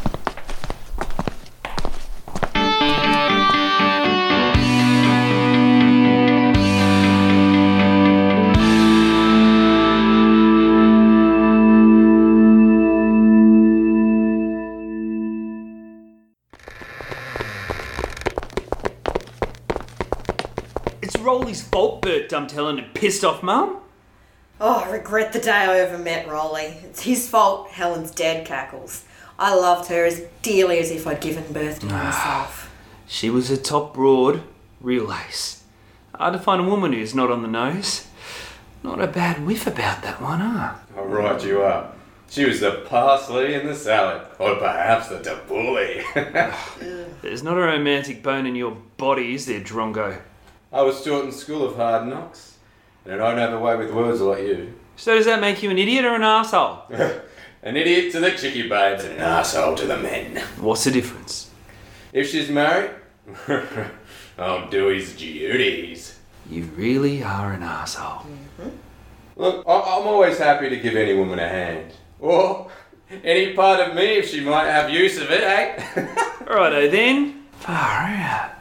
S1: It's
S25: Rolly's fault, Bert Dumtellin and pissed off mum.
S3: Oh, I regret the day I ever met Rolly. It's his fault Helen's dad cackles. I loved her as dearly as if I'd given birth to myself.
S5: She was a top broad, real ace. Hard to find a woman who's not on the nose. Not a bad whiff about that one, huh?
S26: I'll write you up. She was the parsley in the salad, or perhaps the tabbouleh.
S5: There's not a romantic bone in your body, is there, Drongo?
S26: I was taught in school of hard knocks, and I don't have a way with words like you.
S5: So does that make you an idiot or an asshole?
S26: An idiot to the chicky babes and an asshole to the men.
S5: What's the difference?
S26: If she's married, I'll do his duties.
S5: You really are an asshole.
S26: Look, I- I'm always happy to give any woman a hand. Or any part of me if she might have use of it, eh?
S5: Righto then. Far out.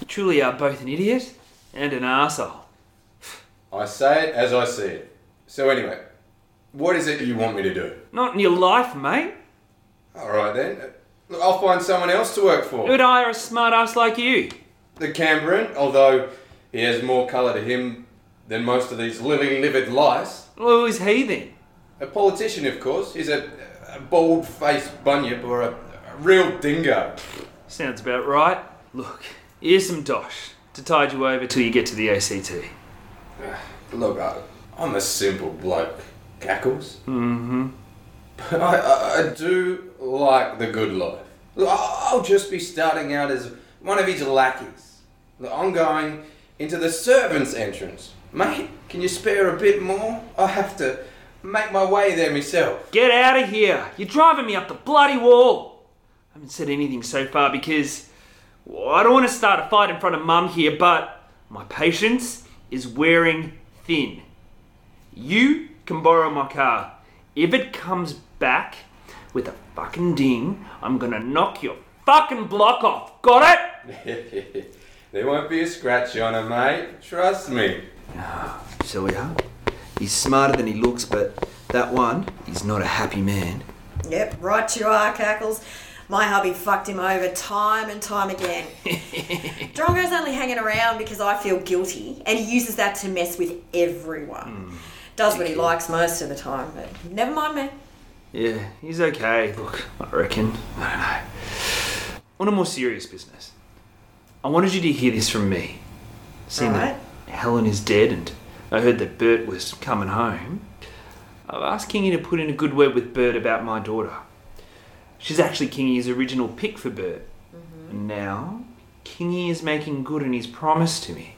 S5: You truly are both an idiot and an asshole.
S26: I say it as I see it. So, anyway, what is it you want me to do?
S5: Not in your life, mate.
S26: Alright then. Look, I'll find someone else to work for.
S5: Who'd hire a smart ass like you?
S26: The Cambrian, although he has more colour to him than most of these living, livid lice.
S5: Well, who is he then?
S26: A politician, of course. He's a, a bald faced bunyip or a, a real dingo.
S5: Sounds about right. Look, here's some dosh to tide you over till you get to the ACT.
S26: Look, uh, I, I'm a simple bloke. Cackles.
S5: Mm-hmm.
S26: But I, I, I do like the good life. Look, I- I'll just be starting out as one of his lackeys. Look, I'm going into the servants' entrance. Mate, can you spare a bit more? I have to make my way there myself.
S5: Get out of here! You're driving me up the bloody wall! I haven't said anything so far because well, I don't want to start a fight in front of Mum here, but my patience is wearing thin. You can borrow my car. If it comes back with a fucking ding, I'm gonna knock your fucking block off. Got it?
S26: there won't be a scratch on her, mate. Trust me.
S5: So we are. He's smarter than he looks, but that one, he's not a happy man.
S3: Yep, right you are, Cackles. My hubby fucked him over time and time again. Drongo's only hanging around because I feel guilty, and he uses that to mess with everyone. Does what he likes most of the time, but never mind me.
S5: Yeah, he's okay. Look, I reckon. I don't know. On a more serious business, I wanted you to hear this from me. Seeing that Helen is dead and I heard that Bert was coming home, I'm asking you to put in a good word with Bert about my daughter. She's actually Kingy's original pick for Bert. And now, Kingy is making good on his promise to me.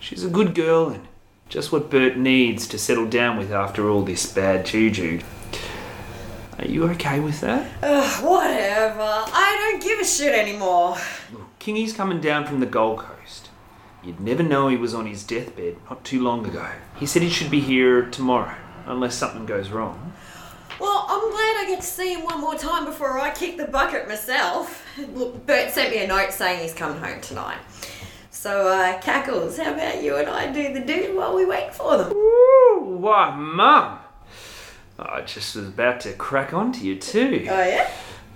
S5: She's a good girl and just what Bert needs to settle down with after all this bad juju. Are you okay with that?
S3: Ugh, whatever. I don't give a shit anymore.
S5: Kingy's coming down from the Gold Coast. You'd never know he was on his deathbed not too long ago. He said he should be here tomorrow, unless something goes wrong.
S3: Well, I'm glad I get to see him one more time before I kick the bucket myself. Look, Bert sent me a note saying he's coming home tonight. So, uh, Cackles, how about you and I do the do while we wait for them?
S5: Ooh, why, Mum? I just was about to crack on to you, too.
S3: Oh, yeah?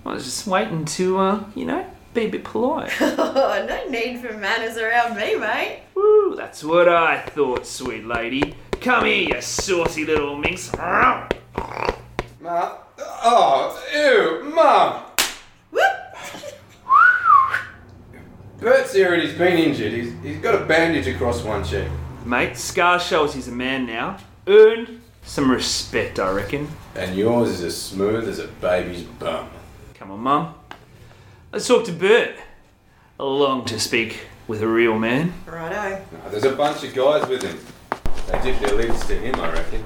S5: I was just waiting to, uh, you know, be a bit polite.
S3: no need for manners around me, mate.
S5: Woo, that's what I thought, sweet lady. Come here, you saucy little minx.
S26: Ma. Oh, ew, Mum! Bert's here and he's been injured. He's, he's got a bandage across one cheek.
S5: Mate, Scar shows he's a man now. Earned some respect, I reckon.
S26: And yours is as smooth as a baby's bum.
S5: Come on, Mum. Let's talk to Bert. I long to speak with a real man.
S3: Righto.
S26: Now, there's a bunch of guys with him. They did their lips to him, I reckon.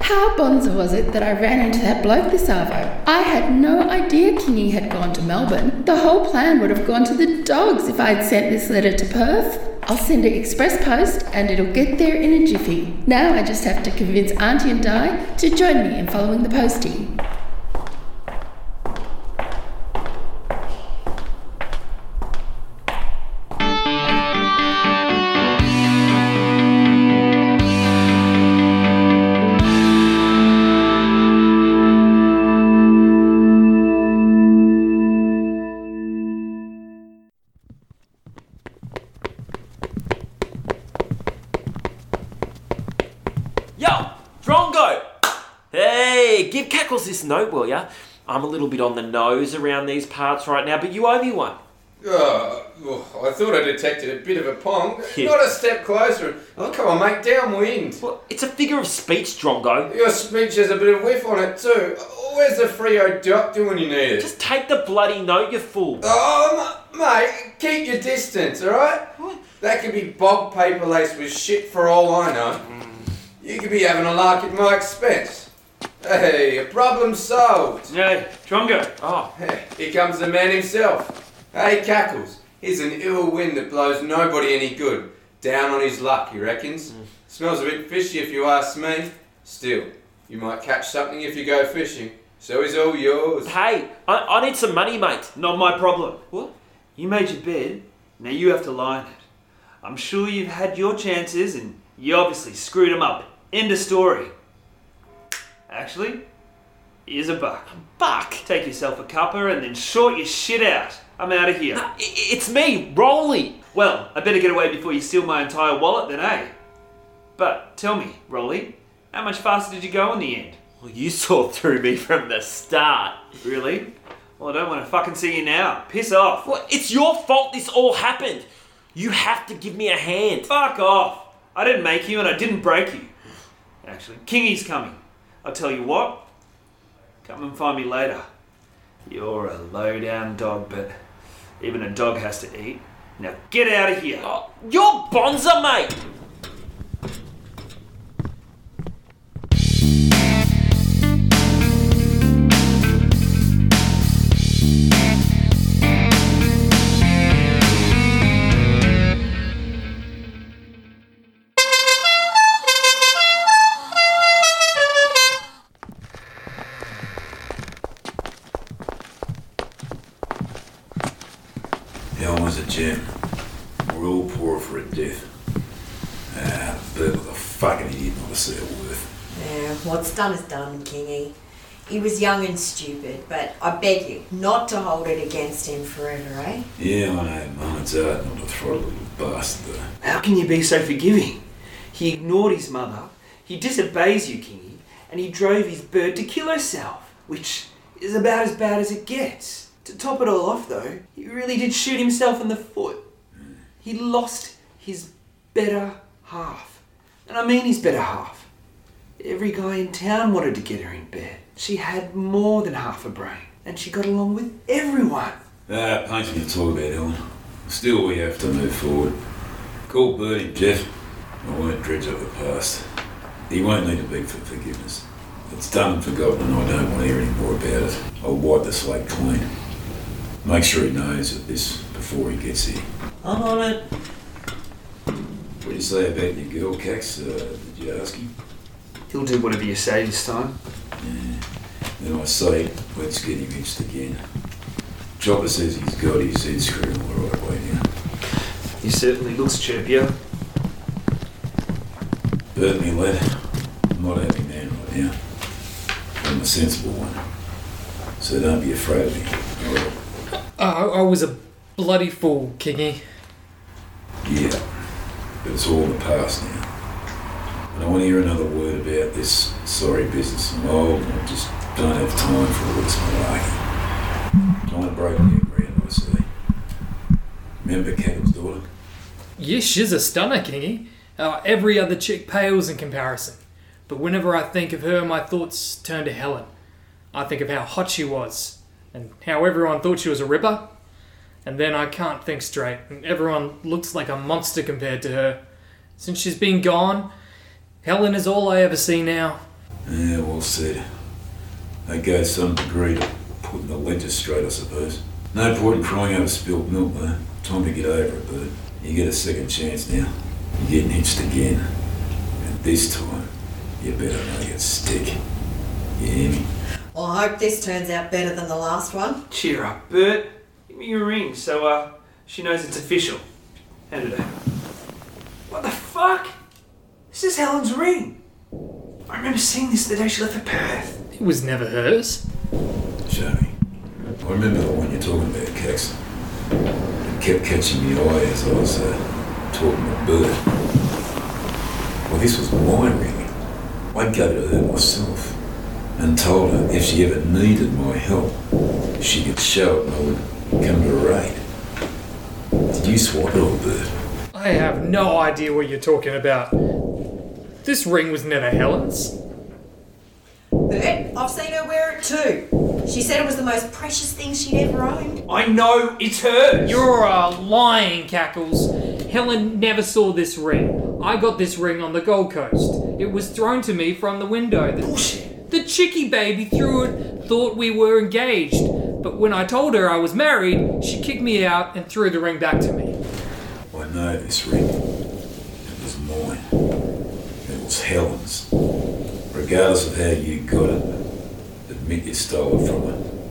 S2: How bonza was it that I ran into that bloke this Arvo? I had no idea Kingy had gone to Melbourne. The whole plan would have gone to the dogs if I'd sent this letter to Perth. I'll send it express post and it'll get there in a jiffy. Now I just have to convince Auntie and Di to join me in following the postie.
S7: give Cackles this note, will ya? I'm a little bit on the nose around these parts right now, but you owe me one.
S26: Oh, oh, I thought I detected a bit of a pong.
S7: Yeah.
S26: Not a step closer. Oh, come on, mate, downwind.
S7: Well, it's a figure of speech, Drongo.
S26: Your speech has a bit of whiff on it, too. Oh, Where's the Frio doctor when you need it?
S7: Just take the bloody note, you fool.
S26: Oh, m- mate, keep your distance, alright? That could be bog paper laced with shit for all I know.
S7: Hmm.
S26: You could be having a lark at my expense. Hey, a problem solved.
S22: Hey, Drongo.
S7: Oh.
S26: Here comes the man himself. Hey, Cackles. He's an ill wind that blows nobody any good. Down on his luck, he reckons.
S7: Mm.
S26: Smells a bit fishy if you ask me. Still, you might catch something if you go fishing. So he's all yours.
S7: Hey, I, I need some money, mate.
S5: Not my problem. What? You made your bed, now you have to lie in it. I'm sure you've had your chances and you obviously screwed them up. End of story. Actually, here's a buck.
S7: buck?
S5: Take yourself a cuppa and then short your shit out. I'm out of here.
S7: it's me, Rolly.
S5: Well, I better get away before you steal my entire wallet then, eh? But tell me, Rolly, how much faster did you go in the end?
S7: Well, you saw through me from the start.
S5: Really? Well, I don't want to fucking see you now. Piss off.
S7: Well, it's your fault this all happened. You have to give me a hand.
S5: Fuck off. I didn't make you and I didn't break you. Actually, Kingy's coming. I'll tell you what. Come and find me later. You're a low down dog, but even a dog has to eat. Now get out of here.
S7: you're Oh, Bonza, mate.
S9: Hell was a gem. We're all poor for a death. Ah, but the fucking idiot not to see it worth.
S12: Yeah, what's done is done, Kingy. He was young and stupid, but I beg you not to hold it against him forever, eh?
S9: Yeah, I know, Mum, it's hard not to throttle a little bastard. though.
S5: How can you be so forgiving? He ignored his mother, he disobeys you, Kingy, and he drove his bird to kill herself, which is about as bad as it gets. To top it all off, though, he really did shoot himself in the foot. He lost his better half. And I mean his better half. Every guy in town wanted to get her in bed. She had more than half a brain, and she got along with everyone.
S9: Ah, pains me to talk about Ellen. Still, we have to move forward. Call Bertie Jeff. I won't dredge up the past. He won't need to beg for forgiveness. It's done and forgotten, and I don't want to hear any more about it. I'll wipe the slate clean. Make sure he knows of this before he gets here.
S7: I'm on it.
S9: What do you say about your girl, Cax? Uh, did you ask him?
S5: He'll do whatever you say this time.
S9: Then I say, let's get him hitched again. Chopper says he's got his head screwed on the right way now.
S5: He certainly looks chirpier.
S9: Burn me, lad. I'm not happy man right now. I'm a sensible one. So don't be afraid of me. all right?
S13: I, I was a bloody fool, Kingy.
S9: Yeah. But it's all in the past now. I don't want to hear another word about this sorry business. I'm old and I just don't have time for all this malarkey. Trying to break new ground, I see. Remember Cattle's daughter?
S13: Yeah, she's a stunner, Kingy. Uh, every other chick pales in comparison. But whenever I think of her, my thoughts turn to Helen. I think of how hot she was, and how everyone thought she was a ripper. And then I can't think straight, and everyone looks like a monster compared to her. Since she's been gone, Helen is all I ever see now.
S9: Yeah, well said. They go some degree to putting the ledger straight, I suppose. No point in crying over spilled milk, though. Time to get over it, but you get a second chance now. You're getting hitched again. And this time, you better make it stick. You hear me?
S12: Well, I hope this turns out better than the last one.
S5: Cheer up, Bert. Give me your ring so uh, she knows it's official. Hand it over. What the fuck? This is Helen's ring. I remember seeing this the day she left for Perth.
S13: It was never hers.
S9: Jamie, I remember the one you're talking about, Cax. It kept catching me eye as I was uh, talking to Bert. Well, this was my ring. I'd go to her myself. and told her if she ever needed my help, she could show it and I would come to her aid. Did you swap it or Bert?
S13: I have no idea what you're talking about. This ring was never Helen's.
S3: Bert, I've seen her wear it too. She said it was the most precious thing she'd ever owned.
S13: I know it's hers. You're uh, lying, Cackles. Helen never saw this ring. I got this ring on the Gold Coast. It was thrown to me from the window. The, Bullshit. The chicky baby threw it, thought we were engaged. But when I told her I was married, she kicked me out and threw the ring back to me.
S9: I know this ring. It was mine. It was Helen's. Regardless of how you got it, admit you stole it from her.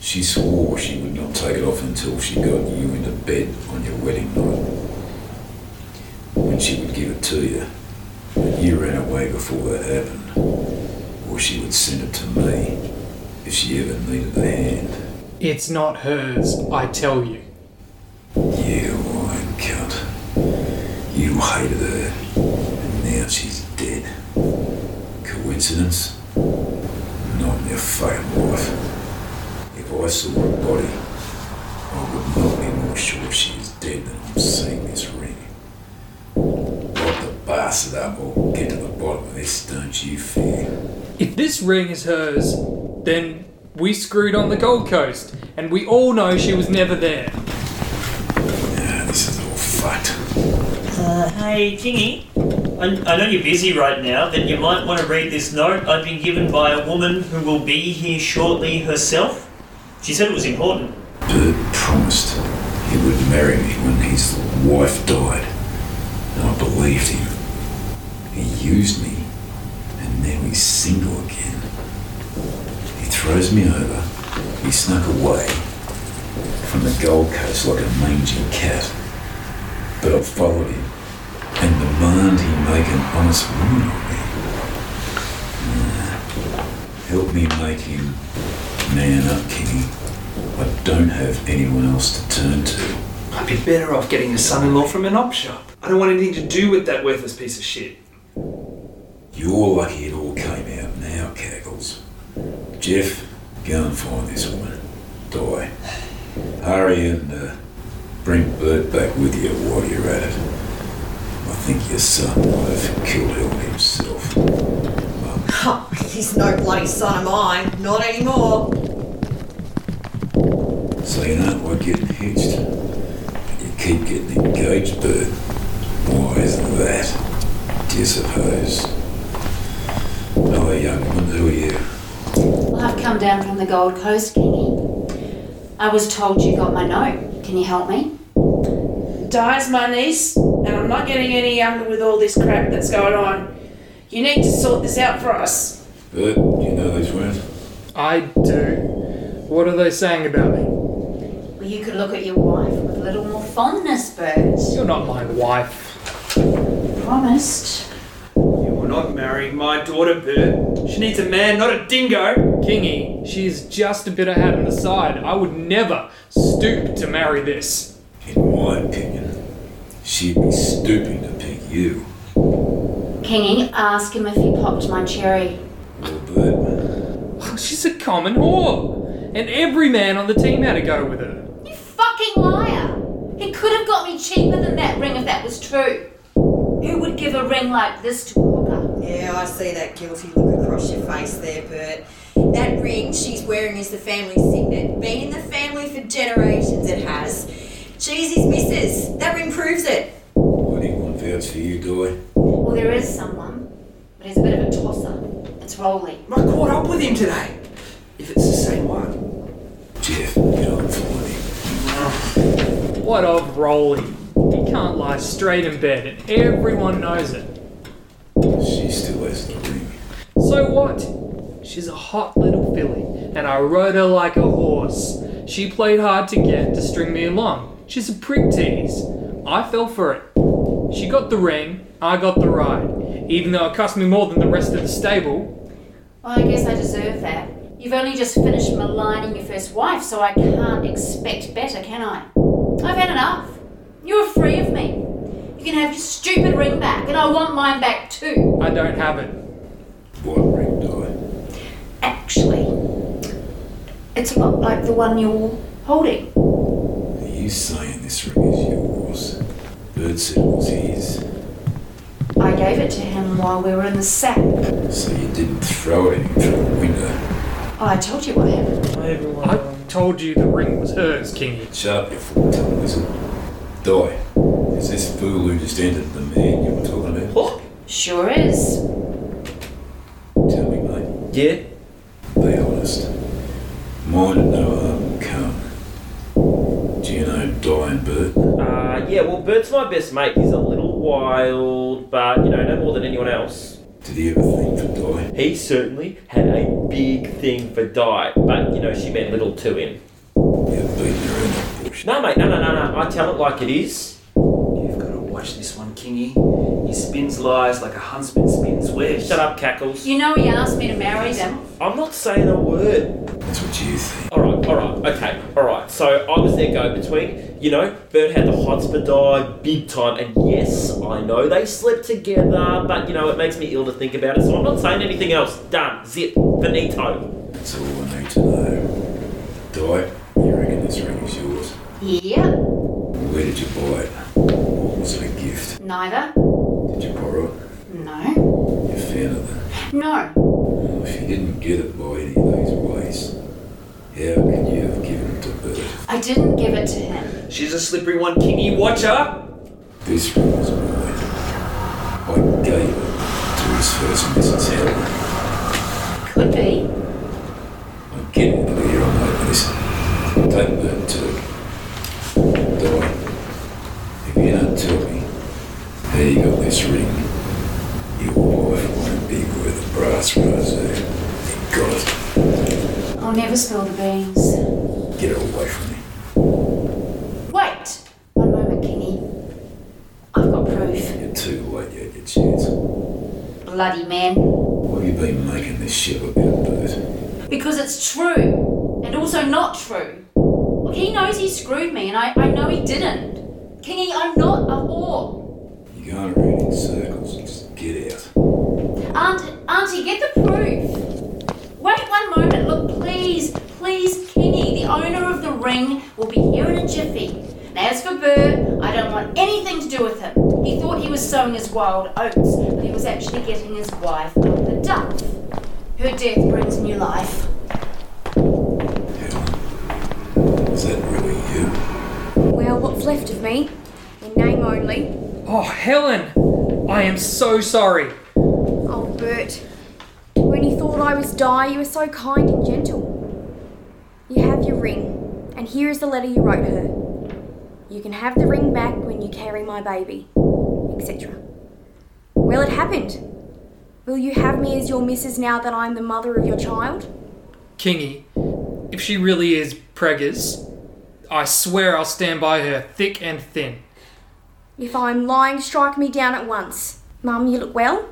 S9: She swore she would not take it off until she got you into bed on your wedding night. When she would give it to you, but you ran away before that happened. Or she would send it to me if she ever needed a hand.
S13: It's not hers, I tell you.
S9: You lying cunt. You hated her, and now she's dead. Coincidence? Not in your fucking life. If I saw her body, I would not be more sure she is dead than I'm seeing this ring. Lock the bastard up or get to the bottom of this, don't you fear.
S13: If this ring is hers, then we screwed on the Gold Coast, and we all know she was never there.
S9: Ah, this is all fucked.
S22: hey, Kingy. I, I know you're busy right now, but you might want to read this note I've been given by a woman who will be here shortly herself. She said it was important.
S9: Bert promised he would marry me when his wife died, and I believed him. He used me, and now he's single again. He throws me over. He snuck away from the Gold Coast like a mangy cat, but I followed him and demand he make an honest woman of me. Nah. Help me make him man up, Kingy. I don't have anyone else to turn to.
S5: I'd be better off getting a son-in-law from an op shop. I don't want anything to do with that worthless piece of shit.
S9: You're lucky it all came out now, Cackles. Jeff, go and find this woman. Die. Hurry and uh, bring Bert back with you while you're at it. I think your son might have killed him himself.
S3: He's no bloody son of mine. Not anymore.
S9: So you know why getting hitched? You keep getting engaged, Bert. Why isn't that? Do you suppose? Hello, young woman, who are you?
S20: Well, I've come down from the Gold Coast, Kingy. I was told you got my note. Can you help me?
S15: Di's my niece, and I'm not getting any younger with all this crap that's going on. You need to sort this out for us.
S9: Bert, you know these women?
S13: I do. What are they saying about me?
S20: Well, you could look at your wife with a little more fondness, Bert.
S13: You're not my wife.
S20: Promised.
S5: You will not marry my daughter, Bert.
S13: She needs a man, not a dingo. Kingy, she is just a bit of hat on the side. I would never stoop to marry this.
S9: In my opinion, she'd be stooping to pick you.
S20: Kingy, ask him if he popped my cherry.
S13: Oh, She's a common whore. And every man on the team had to go with her.
S27: Fucking liar! He could have got me cheaper than that ring if that was true.
S20: Who would give a ring like this to a hooker?
S3: Yeah, I see that guilty look across your face there, Bert. That ring she's wearing is the family signet. Been in the family for generations, it has. She's his missus. That ring proves it.
S9: One vouch for you, Doy.
S20: Well, there is someone, but he's a bit of a tosser. It's Rolly.
S5: I caught up with him today. If it's the same one.
S9: Jeff, get on for
S13: What of Rolly? He can't lie straight in bed, and everyone knows it.
S9: She still has the ring.
S13: So what? She's a hot little filly, and I rode her like a horse. She played hard to get to string me along. She's a prick tease. I fell for it. She got the ring, I got the ride. Even though it cost me more than the rest of the stable,
S20: Well, I guess I deserve that. You've only just finished maligning your first wife, so I can't expect better, can I? I've had enough. You're free of me. You can have your stupid ring back, and I want mine back too.
S13: I don't have it.
S9: What ring, Doy?
S20: actually. It's a lot like the one you're holding.
S9: Are you saying this ring is yours? Bird said it was his.
S20: I gave it to him while we were in the sack.
S9: So you didn't throw it at him through the window.
S20: I told you what happened.
S13: I told you the ring was hers, Kingy.
S9: Shut up, you fool tongue wizard. Die. Is this fool who just entered the man you were talking about? What?
S20: Oh, Sure is.
S9: Yeah? Be honest. Mine and no harm come. Do you know Diane Bird?
S7: Uh, yeah, well, Bert's my best mate. He's a little wild, but, you know, no more than anyone else.
S9: Did he ever think for Di?
S7: He certainly had a big thing for Di, but, you know, she meant little to him. No, mate, no, no, no, no. I tell it like it is.
S5: You've got to watch this one, Kingy. He spins lies like a huntsman spins webs. Shut
S7: up, Cackles.
S20: You know he asked me to marry them.
S7: I'm not saying a word.
S9: That's what you think.
S7: All right, all right, okay, all right. So I was their go-between. You know, Bert had the hots for Di big time, and yes, I know they slept together, but you know it makes me ill to think about it. So I'm not saying anything else. Done. Zip. Finito.
S9: That's all I need to know. Di, you reckon this ring is yours?
S20: Yeah,
S9: Where did you buy it? Or was it a gift?
S20: neither.
S9: Did you borrow it?
S20: No.
S9: You found it then?
S20: No.
S9: If you didn't get it by any of these ways, how could you have given it to Bird?
S20: I didn't give it to him.
S5: She's a slippery one, Kingy. Watch up.
S9: This ring was mine. I gave it to his first Mrs. Helen.
S20: Could be.
S9: I get it over here on like this. Take Bird too. Die. If you don't tell me how you got this ring, your wife won't be worth a brass rose. You got it.
S20: I'll never spill the beans.
S9: Get it away from me.
S20: Wait! One moment, Kingy. I've got proof.
S9: You're too late, you had your chance.
S20: Bloody man.
S9: Why have you been making this shit up about Bert?
S20: Because it's true. And also not true. Look, he knows he screwed me, and I, I know he didn't. Kingy, I'm not a whore.
S9: You're going around in circles. Just get out.
S20: Aunt, Auntie, get the proof. Wait one moment. Look, please, please, Kingy, the owner of the ring, will be here in a jiffy. And as for Bert, I don't want anything to do with him. He thought he was sowing his wild oats, but he was actually getting his wife up the duff. Her death brings new life.
S9: Is that really you?
S6: Well, what's left of me? In name only.
S13: Oh, Helen! I am so sorry.
S6: Oh, Bert. When you thought I was Di, you were so kind and gentle. You have your ring, and here is the letter you wrote her. You can have the ring back when you carry my baby, etc. Well, it happened. Will you have me as your missus now that I'm the mother of your child?
S13: Kingy, if she really is preggers, I swear I'll stand by her thick and thin.
S6: If I'm lying, strike me down at once. Mum, you look well.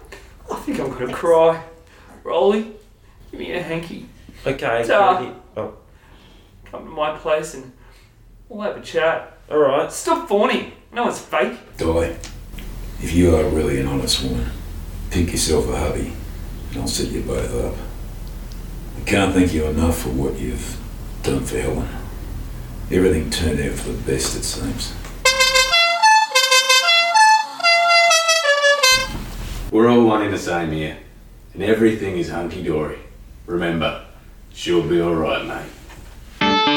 S5: I think I'm gonna cry. Rolly, give me a hanky.
S7: Okay.
S5: Ta.
S7: yeah, he- oh.
S5: Come to my place and we'll have a chat. All right. Stop fawning. No, it's fake.
S9: Di, if you are really an honest woman, pick yourself a hubby and I'll set you both up. I can't thank you enough for what you've done for Helen. Everything turned out for the best, it seems.
S26: We're all one in the same here, and everything is hunky dory. Remember, she'll be alright, mate.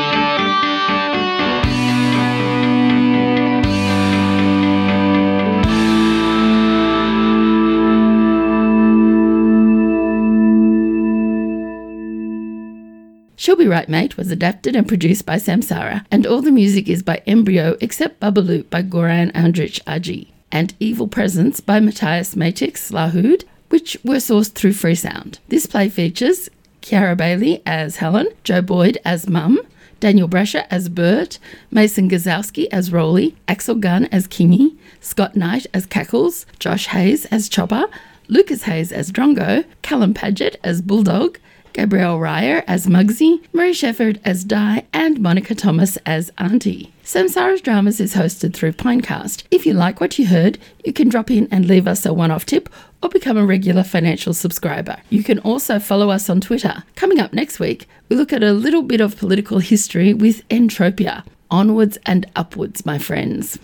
S2: She'll Be Right Mate was adapted and produced by Samsara, and all the music is by Embryo except Babaloop by Goran Andrich Aji, and Evil Presence by Matthias Matix Lahud, which were sourced through Freesound. This play features Kiara Bailey as Helen, Joe Boyd as Mum, Daniel Brasher as Bert, Mason Gazowski as Rolly, Axel Gunn as Kingy, Scott Knight as Cackles, Josh Hayes as Chopper, Lucas Hayes as Drongo, Callum Paget as Bulldog, Gabrielle Ryer as Muggsy, Marie Shefford as Di, and Monica Thomas as Auntie. Samsara's Dramas is hosted through Pinecast. If you like what you heard, you can drop in and leave us a one off tip or become a regular financial subscriber. You can also follow us on Twitter. Coming up next week, we look at a little bit of political history with Entropia. Onwards and upwards, my friends.